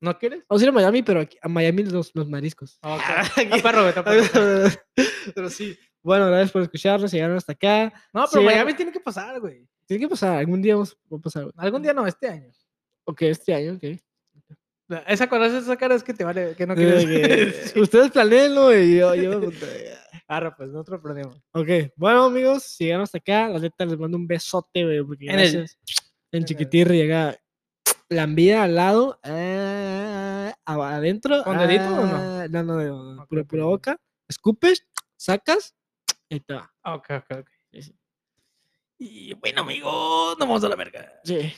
Speaker 2: ¿No quieres?
Speaker 3: Vamos a ir a Miami, pero aquí- a Miami los, los mariscos.
Speaker 2: Ah, ok. Está perro, güey, está perro.
Speaker 3: pero sí. Bueno, gracias por escucharnos. Llegaron hasta acá.
Speaker 2: No, pero
Speaker 3: Sí,
Speaker 2: Miami tiene que pasar, güey.
Speaker 3: Tiene que pasar. Algún día vamos va a pasar. güey.
Speaker 2: Algún día no, este año.
Speaker 3: Ok, este año, ok.
Speaker 2: La- Esa cuando haces esa cara es que te vale, que no quieres.
Speaker 3: Ok,
Speaker 2: Eh, Sí.
Speaker 3: Ustedes planeenlo y yo, yo me pondré.
Speaker 2: Arra, pues nosotros planeamos.
Speaker 3: Ok, bueno, amigos, si llegaron hasta acá, la neta les mando un besote, güey. Porque
Speaker 2: En el-
Speaker 3: gracias.
Speaker 2: en
Speaker 3: En
Speaker 2: el-
Speaker 3: chiquitirri llega la envía al lado, ah, a- adentro.
Speaker 2: ¿Con dedito o no?
Speaker 3: ah, no? No, no, no,
Speaker 2: Ok,
Speaker 3: pura,
Speaker 2: ok,
Speaker 3: pura
Speaker 2: ok.
Speaker 3: boca. Escupes, sacas, y te va.
Speaker 2: Ok, ok, ok.
Speaker 3: Sí, sí.
Speaker 2: Y bueno, amigos, nos vamos a la verga.
Speaker 3: Sí.